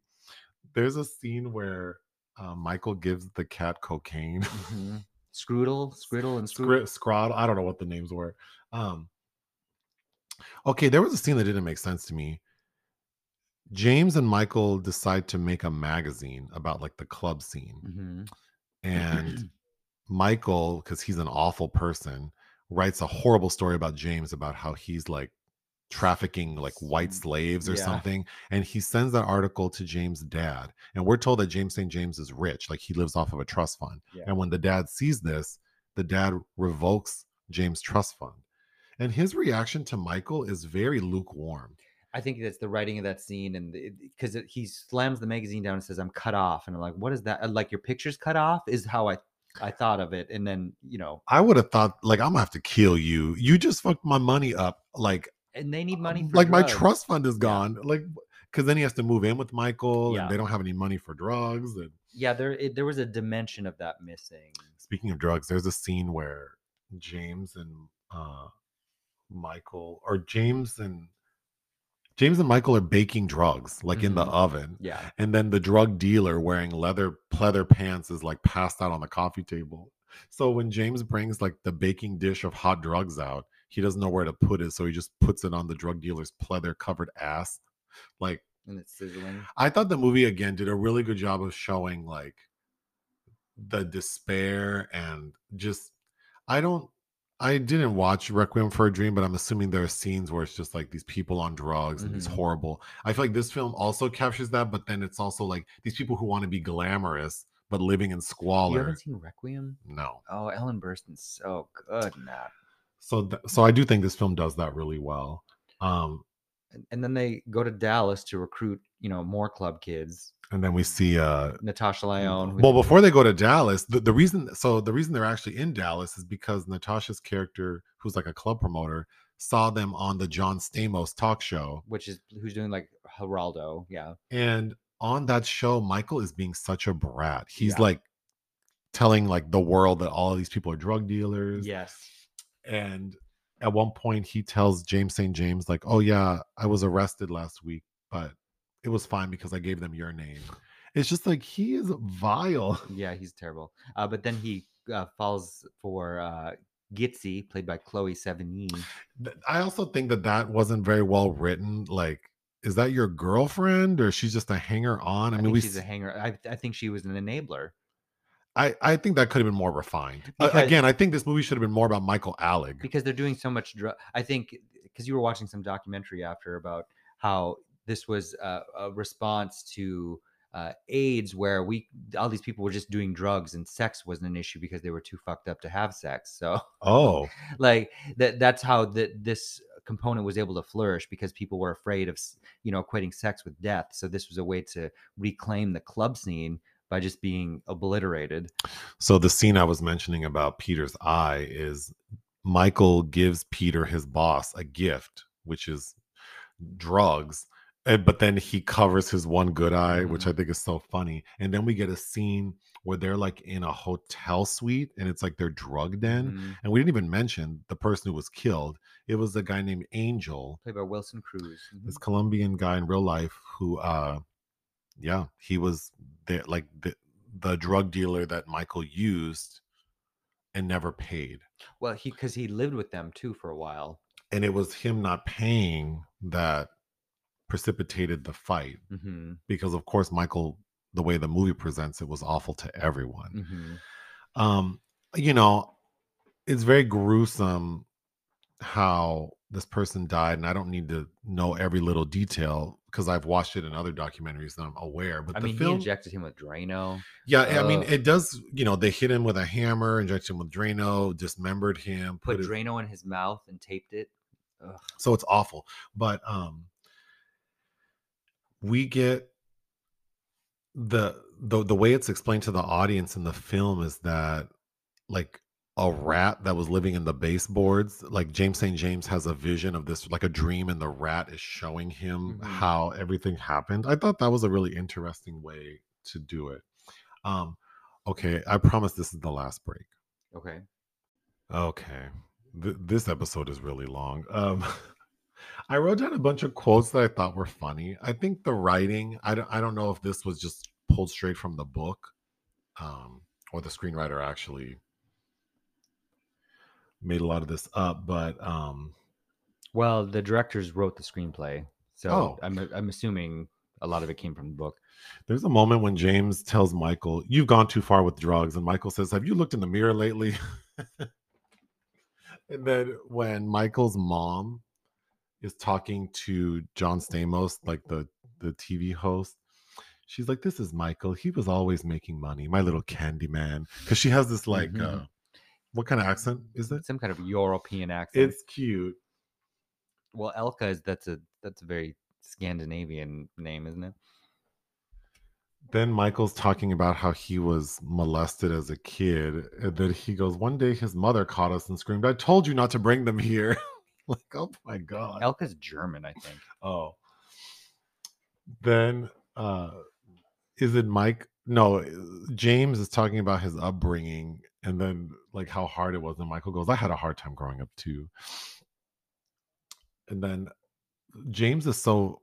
there's a scene where uh, michael gives the cat cocaine [LAUGHS]
Mhm. Scroodle, Scriddle, and Scroodle.
Scri- Scrod. I don't know what the names were. Um, okay, there was a scene that didn't make sense to me. James and Michael decide to make a magazine about like the club scene,
Mhm.
and
Mm-hmm.
Michael, because he's an awful person, writes a horrible story about James about how he's like trafficking like white
S-
slaves or
yeah.
something and he sends that article to James' dad and we're told that James St. James is rich like he lives off of a trust fund
Yeah.
and when the dad sees this the dad revokes James' trust fund and his reaction to Michael is very lukewarm
I think that's the writing of that scene, and because he slams the magazine down and says, "I'm cut off," and I'm like, "What is that? Uh, Like your picture's cut off?" Is how I I thought of it, and then you know,
I would have thought like I'm gonna have to kill you you just fucked my money up like
and they need money. For
Uh, like my
drugs.
trust fund is gone like because then he has to move in with Michael
Yeah.
and they don't have any money for drugs and
Yeah, there it, there was a dimension of that missing.
speaking of drugs, there's a scene where James and uh Michael or James and James and Michael are baking drugs like in the
Mhm.
oven.
Yeah,
And then the drug dealer wearing leather pleather pants is like passed out on the coffee table. So when James brings like the baking dish of hot drugs out, he doesn't know where to put it, so he just puts it on the drug dealer's pleather covered ass. Like
and it's sizzling.
I thought the movie again did a really good job of showing like the despair and just I don't I didn't watch Requiem for a Dream, but I'm assuming there are scenes where it's just like these people on drugs and it's
Mhm.
horrible. I feel like this film also captures that, but then it's also like these people who want to be glamorous but living in
You
squalor.
haven't seen Requiem?
No.
Oh, Ellen Burstyn's so good in that.
So th- so I do think this film does that really well. Um
And, and then they go to Dallas to recruit, you know, more club kids.
and then we see uh
Natasha Lyonne. who-
Well, before they go to Dallas, the, the reason so the reason they're actually in Dallas is because Natasha's character, who's like a club promoter, saw them on the John Stamos talk show.
which is who's doing like Geraldo. Yeah.
And on that show, Michael is being such a brat. He's
Yeah.
like telling like the world that all these people are drug dealers.
Yes.
And at one point he tells James St. James, like, oh yeah, I was arrested last week, but it was fine because I gave them your name. It's just like he is vile. [LAUGHS]
Yeah, he's terrible. Uh, but then he uh, falls for uh, Gitzy, played by Chloe Sevigny.
Th- I also think that that wasn't very well written. Like, is that your girlfriend or she's just a hanger on? I,
I,
mean,
think
we.
she's a
s-
hanger. I, I think she was an enabler.
I I think that could have been more refined. A-
Because-
Again, I think this movie should have been more about Michael Alec.
because they're doing so much drug. I think because you were watching some documentary after about how this was uh, a response to uh, AIDS, where we all these people were just doing drugs and sex wasn't an issue because they were too fucked up to have sex. So [LAUGHS]
oh,
like that that's how that this component was able to flourish because people were afraid of s- you know equating sex with death. So this was a way to reclaim the club scene by just being obliterated.
so the scene I was mentioning about Peter's eye is Michael gives Peter his boss a gift, which is drugs. And, but then he covers his one good eye, which
Mhm.
I think is so funny. And then we get a scene where they're like in a hotel suite and it's like their drug den.
Mhm.
And we didn't even mention the person who was killed. It was a guy named Angel,
Played by Wilson Cruz. Mhm.
this Colombian guy in real life who, uh, yeah, he was the, like the, the drug dealer that Michael used and never paid.
Well, he because he lived with them too for a while.
And it was him not paying that precipitated the fight
Mm-hmm.
because, of course, Michael, the way the movie presents it, was awful to everyone.
Mm-hmm.
um you know it's very gruesome how this person died and i don't need to know every little detail because i've watched it in other documentaries and i'm aware but
I
the
mean,
film
he uh injected him with Drano.
yeah i mean
Ugh.
it does you know they hit him with a hammer injected him with drano dismembered him
Put
his-
Drano in his mouth and taped it. Ugh.
so it's awful but um we get the the the way it's explained to the audience in the film is that like a rat that was living in the baseboards like James St. James has a vision of this like a dream and the rat is showing him
Mhm.
how everything happened. I thought that was a really interesting way to do it. Um okay, I promise this is the last break.
Okay.
Okay. Th- this episode is really long. Um, [LAUGHS] I wrote down a bunch of quotes that I thought were funny. I think the writing, I don't, I don't know if this was just pulled straight from the book um, or the screenwriter actually made a lot of this up, but um,
Well, the directors wrote the screenplay, so
Oh.
I'm I'm assuming a lot of it came from the book.
there's a moment when James tells Michael, You've gone too far with drugs. And Michael says, Have you looked in the mirror lately? [LAUGHS] and then when Michael's mom is talking to John Stamos, like the, the TV host, she's like, This is Michael. He was always making money, my little candy man. Because she has this, like,
Mhm.
uh, what kind of accent is that?
Some kind of European accent.
It's cute.
well, Elka is that's a that's a very Scandinavian name, isn't it?
then Michael's talking about how he was molested as a kid, and then he goes, "One day, his mother caught us and screamed, "I told you not to bring them here!" [LAUGHS] like, oh my god!
Elka's German, I think.
Oh, then uh, is it Mike? No, uh, James is talking about his upbringing, and then like how hard it was. And Michael goes, "I had a hard time growing up too." And then James is so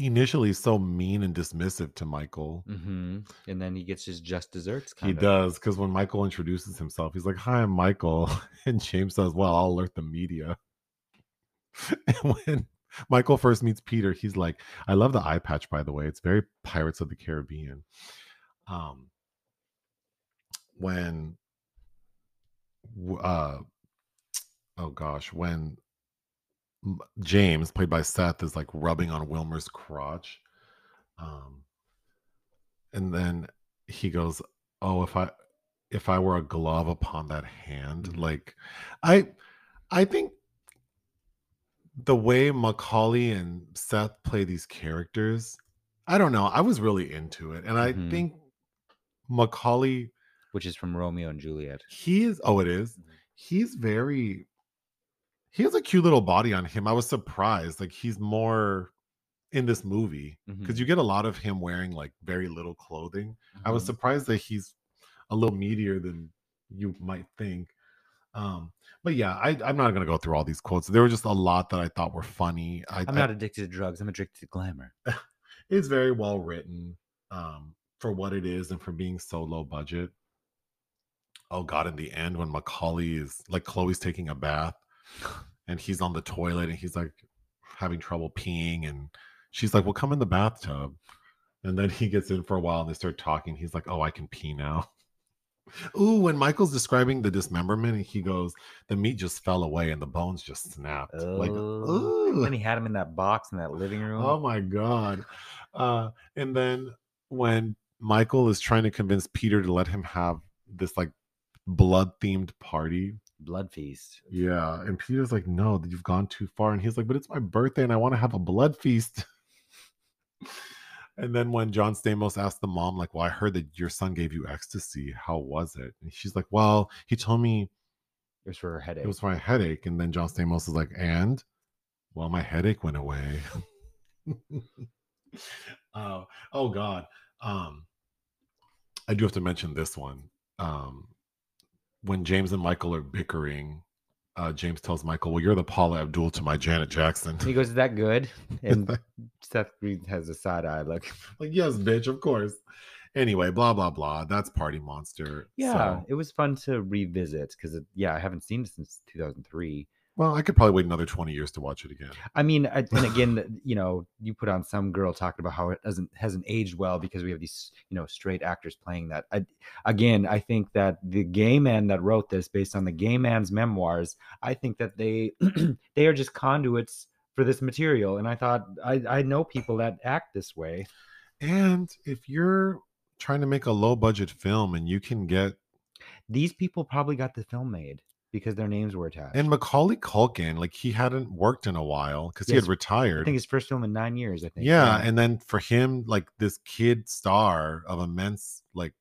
initially so mean and dismissive to Michael.
hmm And then he gets his just desserts.
He
Kind of.
does because when Michael introduces himself, he's like, "Hi, I'm Michael," [LAUGHS] and James says, "Well, I'll alert the media." [LAUGHS] and when Michael first meets Peter, he's like, "I love the eye patch, by the way. It's very Pirates of the Caribbean." Um, when, w- uh, oh gosh, when M- James, played by Seth, is like rubbing on Wilmer's crotch, um, and then he goes, oh if i if i were a glove upon that hand
Mhm.
like i i think the way macaulay and seth play these characters i don't know i was really into it and i
Mhm.
think macaulay
Which is from Romeo and Juliet.
he is oh it is
Mm-hmm.
he's very he has a cute little body on him i was surprised like he's more in this movie
Mm-hmm.
because
Hmm.
you get a lot of him wearing like very little clothing I was
Mhm.
surprised that he's a little meatier than you might think. Um, but yeah, I, I'm not gonna go through all these quotes. There were just a lot that I thought were funny. I,
I'm
I-
not addicted to drugs. I'm addicted to glamour.
it's very well written um, for what it is and for being so low budget. Oh God! In the end, when Macaulay is like Chloe's taking a bath, and he's on the toilet and he's like having trouble peeing, and she's like, "Well, come in the bathtub," and then he gets in for a while and they start talking. He's like, "Oh, I can pee now." [LAUGHS] Ooh, when Michael's describing the dismemberment, and he goes, "The meat just fell away and the bones just snapped." Like,
Oh.
ooh.
And then he had him in that box in that living room.
Oh my god. Uh and then when Michael is trying to convince Peter to let him have this like blood themed party.
Blood feast.
Yeah. And Peter's like, no, you've gone too far. And he's like, but it's my birthday and I want to have a blood feast. [LAUGHS] and then when John Stamos asked the mom, like, well, I heard that your son gave you ecstasy. How was it? And she's like, well, he told me
It was for her headache.
it was for my headache. And then John Stamos is like, and Well, my headache went away. uh, [LAUGHS] oh God. Um, I do have to mention this one. Um, when James and Michael are bickering, uh, James tells Michael, "Well, you're the Paula Abdul to my Janet Jackson."
[LAUGHS] He goes, "Is that good?" And [LAUGHS] Seth Green has a side eye look.
[LAUGHS]
[LAUGHS]
like, yes, bitch, of course. Anyway, blah blah blah. That's Party Monster.
Yeah,
So-
it was fun to revisit because yeah, I haven't seen it since 2003.
well, I could probably wait another twenty years to watch it again.
I mean, I- and again, th- you know, you put on some girl talking about how it doesn't hasn't aged well because we have these, you know, straight actors playing that. I, again, I think that the gay man that wrote this, based on the gay man's memoirs, I think that they [CLEARS THROAT] they are just conduits for this material. And I thought I I know people that act this way.
And if you're trying to make a low budget film and you can get
These people probably got the film made because their names were attached.
and Macaulay Culkin, like he hadn't worked in a while because he
Yes,
had
I
retired.
I think his first film in nine years. I think.
yeah, and then for him, like this kid star of immense like